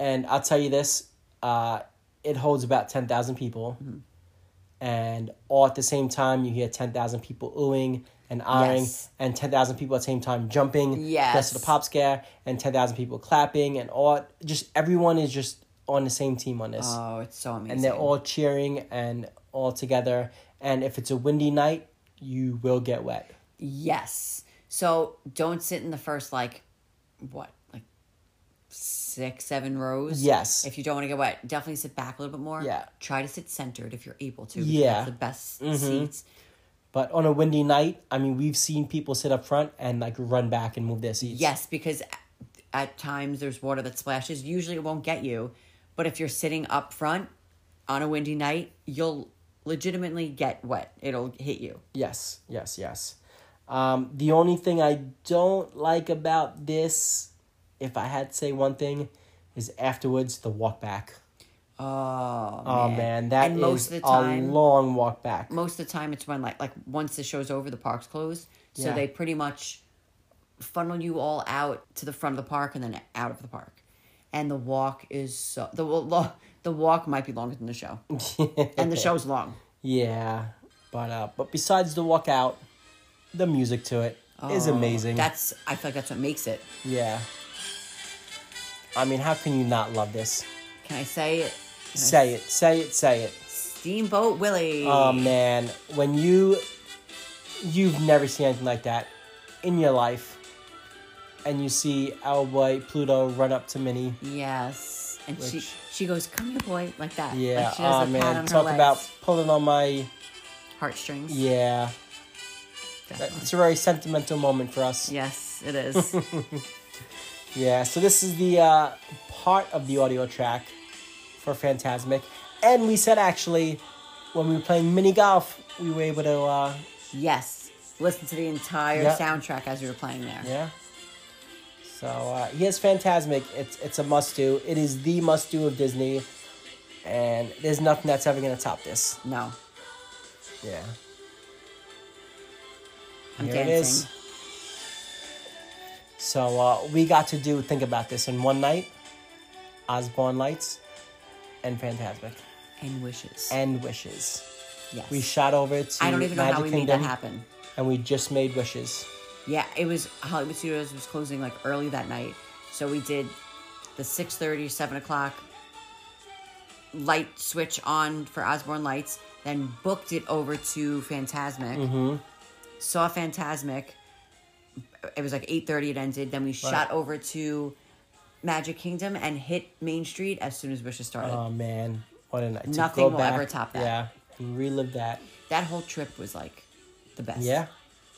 And I'll tell you this, uh, it holds about 10,000 people.
Hmm.
And all at the same time, you hear 10,000 people oohing and ahhing,
Yes.
and 10,000 people at the same time jumping. That's
Yes.
the pop scare, and 10,000 people clapping, and all just everyone is just on the same team on this.
oh it's so amazing
and they're all cheering and all together. And if it's a windy night, you will get wet.
yes so don't sit in the first like what like six seven rows
Yes.
if you don't want to get wet definitely sit back a little bit more
Yeah.
try to sit centered if you're able to
Yeah. Mm-hmm.
yeah that's the best seats
But on a windy night, I mean, we've seen people sit up front and like run back and move their seats.
Yes, because at times there's water that splashes. Usually it won't get you, but if you're sitting up front on a windy night, you'll legitimately get wet. It'll hit you.
Yes, yes, yes. Um, the only thing I don't like about this, if I had to say one thing, is afterwards the walk back.
Oh,
Oh
man.
man, that
And
is
most of the time-
a long walk back.
Most of the time, it's when like like once the show's over, the park's closed, so
Yeah.
they pretty much funnel you all out to the front of the park and then out of the park. And the walk is so the wa- the walk might be longer than the show, and the show's long.
yeah, but uh, but besides the walk out, the music to it is
Oh,
amazing.
That's I feel like that's what makes it.
yeah. I mean, how can you not love this?
Can I say it? Can I
Say it, say it, say it.
Steamboat Willie.
Oh man, when you you've never seen anything like that in your life, and you see our boy Pluto run up to Minnie
Yes. and she
Which-
she goes, "Come here, boy," like that.
Yeah,
like she does
aw,
a
man.
pat on her
Talk
legs,
about pulling on my.
heartstrings.
Yeah.
definitely.
It's a very sentimental moment for us.
Yes, it is.
Yeah, so this is the uh, part of the audio track for Phantasmic. And we said actually, when we were playing mini golf, we were able to, uh,
yes, listen to the entire
Yeah.
soundtrack as you were playing there.
yeah. So uh, yes, Phantasmic. It's it's a must do. It is the must do of Disney, and there's nothing that's ever gonna top this.
No,
Yeah,
I'm
here it is.
dancing.
So uh, we got to do think about this in one night, Osborne Lights, and Phantasmic,
And wishes.
and Wishes.
yes.
We shot over to
I don't even know
Magic
how we made
Kingdom,
that happen.
and we just made wishes.
Yeah, it was Hollywood Studios was closing like early that night, so we did the 6:30, 7 o'clock light switch on for Osborne Lights, then booked it over to Phantasmic.
Mm-hmm.
Saw Phantasmic. It was like 8:30. It ended. Then we shot over to Magic Kingdom and hit Main Street as soon as Wishes started.
Oh man, what a night! To
Nothing
go
will
back,
ever top that.
Yeah, and relive that.
that whole trip was like the best.
Yeah,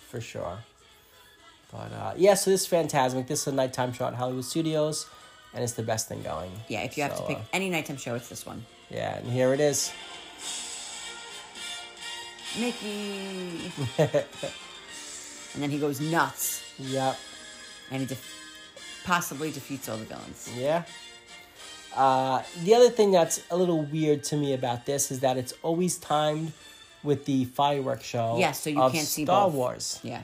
for sure. But uh, yeah, so this is Fantasmic. This is a nighttime shot at Hollywood Studios, and it's the best thing going.
Yeah. If you have
So,
to pick
uh,
any nighttime show, it's this one.
yeah, and here it is.
Mickey. and then he goes nuts
Yep.
and he def- possibly defeats all the villains.
Yeah. Uh, the other thing that's a little weird to me about this is that it's always timed with the fireworks show.
Yeah, so you
of
can't see
Star
both.
Wars.
Yeah.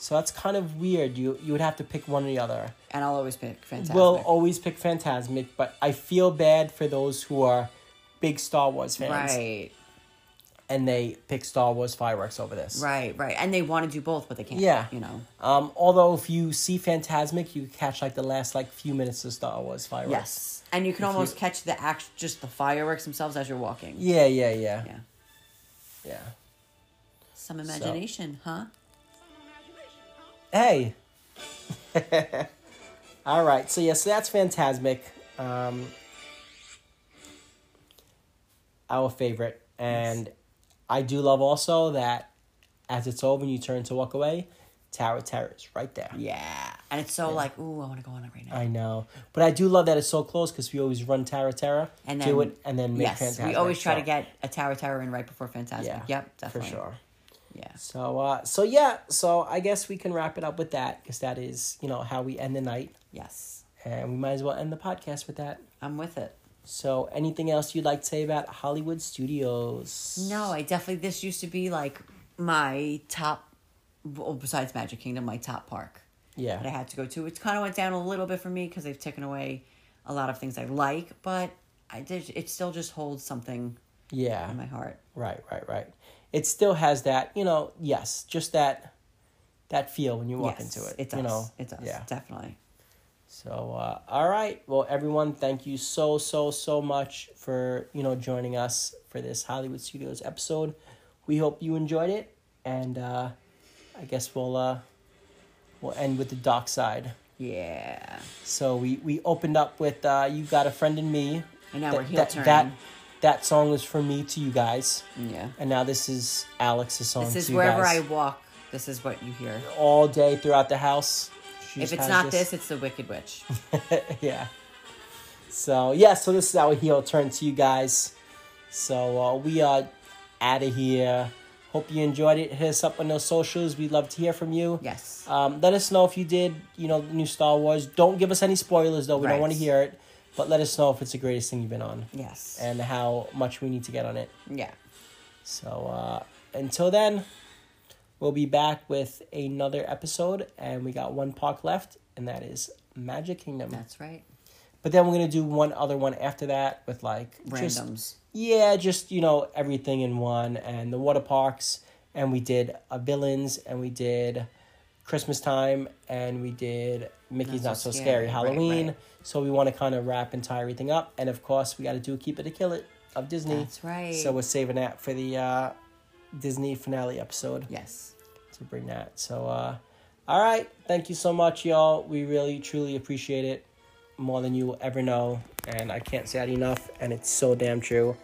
So that's kind of weird. You you would have to pick one or the other.
And I'll always pick Fantastic.
We'll oh, always pick Fantasmic, but I feel bad for those who are big Star Wars fans
right,
and they pick Star Wars fireworks over this.
right, right. And they want to do both, but they can't.
Yeah.
You know?
Um, although if you see Fantasmic, you catch like the last like few minutes of Star Wars fireworks.
Yes. And you can almost catch the act, just the fireworks themselves as you're walking.
Yeah, yeah, yeah, yeah.
Yeah. Some imagination, huh?
Hey. All right. So yes, that's Fantasmic. Um, our favorite, and I do love also that as it's over and you turn to walk away, Tower of Terror is right there.
Yeah. And it's so like, ooh, I want to go on it right now.
I know, but I do love that it's so close because we always run Tower of Terror,
and then
do it, and then make
yes,
Fantasmic.
we always try
so-
to get a Tower Tower in right before Fantasmic.
yeah,
yep, definitely.
for sure.
Yeah.
So, uh, so yeah, so I guess we can wrap it up with that because that is you know how we end the night.
Yes.
And we might as well end the podcast with that.
I'm with it.
So, anything else you'd like to say about Hollywood Studios?
No, I definitely. This used to be like my top, well, besides Magic Kingdom, my top park that I
Yeah.
had to go to. It kind of went down a little bit for me because they've taken away a lot of things I like, but I did. It still just holds something
Yeah.
in my heart.
Right, right, right. It still has that, you know, yes, just that that feel when you walk
yes,
into it.
It does.
You know?
it does.
Yeah.
Definitely.
So, uh, all right. Well, everyone, thank you so, so, so much for, you know, joining us for this Hollywood Studios episode. We hope you enjoyed it. And uh, I guess we'll, uh, we'll end with the dark side.
Yeah.
So we, we opened up with uh, "You Got a Friend in Me,"
And now
Th-
we're heel
that,
turning.
that that song was from me to you guys,
yeah.
and now this is Alex's song.
This
to
is
you
wherever I
guys.
walk. This is what you hear.
all day throughout the house. She
If
just
it's
has
not this, it's the Wicked Witch.
yeah. So yeah, so this is our heel turn to you guys. So uh, we are out of here. Hope you enjoyed it. Hit us up on those socials. We'd love to hear from you.
Yes.
Um, let us know if you did, you know, the new Star Wars. Don't give us any spoilers though. We
Right.
don't want to hear it. But let us know if it's the greatest thing you've been on
yes.
and how much we need to get on it.
yeah.
So uh, until then, we'll be back with another episode, and we got one park left, and that is Magic Kingdom.
That's right.
but then we're gonna do one other one after that with like just-
Randoms.
yeah, just you know everything in one, and the water parks, and we did a villains, and we did Christmas time, and we did Mickey's Not, So, Scary,
Right,
Halloween.
right.
So we want to kind of wrap and tie everything up, and of course we got to do Keep It or Kill It of Disney.
That's right.
So we're saving that for the uh, Disney finale episode
yes.
to bring that. So, uh, all right, thank you so much, y'all. We really truly appreciate it, more than you will ever know, and I can't say that enough, and it's so damn true.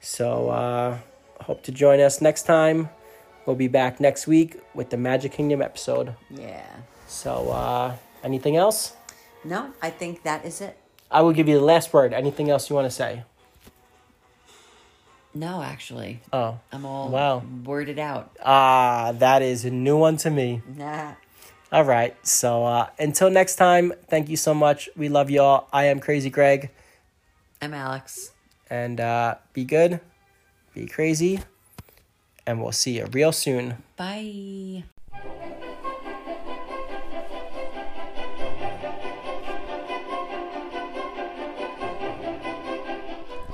So, uh, hope to join us next time. We'll be back next week with the Magic Kingdom episode.
Yeah.
So, uh, anything else?
No, I think that is it.
I will give you the last word. Anything else you want to say?
No, actually.
Oh,
I'm all
Wow.
worded out.
ah, that is a new one to me.
Nah.
All right. So, uh, until next time, thank you so much. We love y'all. I am Crazy Greg.
I'm Alex.
and uh, be good, be crazy, and we'll see you real soon.
Bye.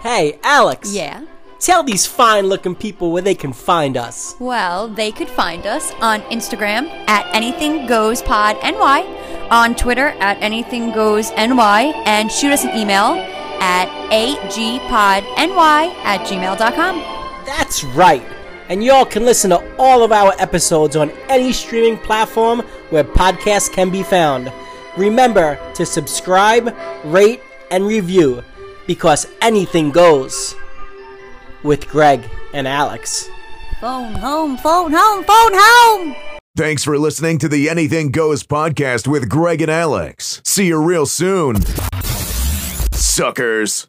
Hey, Alex.
Yeah.
Tell these fine looking people where they can find us.
Well, they could find us on Instagram at Anything Goes Pod NY, on Twitter at Anything Goes NY, and shoot us an email at agpodny at gmail.com.
That's right. And y'all can listen to all of our episodes on any streaming platform where podcasts can be found. Remember to subscribe, rate, and review because anything goes with Greg and Alex.
Phone home, phone home, phone home!
Thanks for listening to the Anything Goes podcast with Greg and Alex. See you real soon, suckers.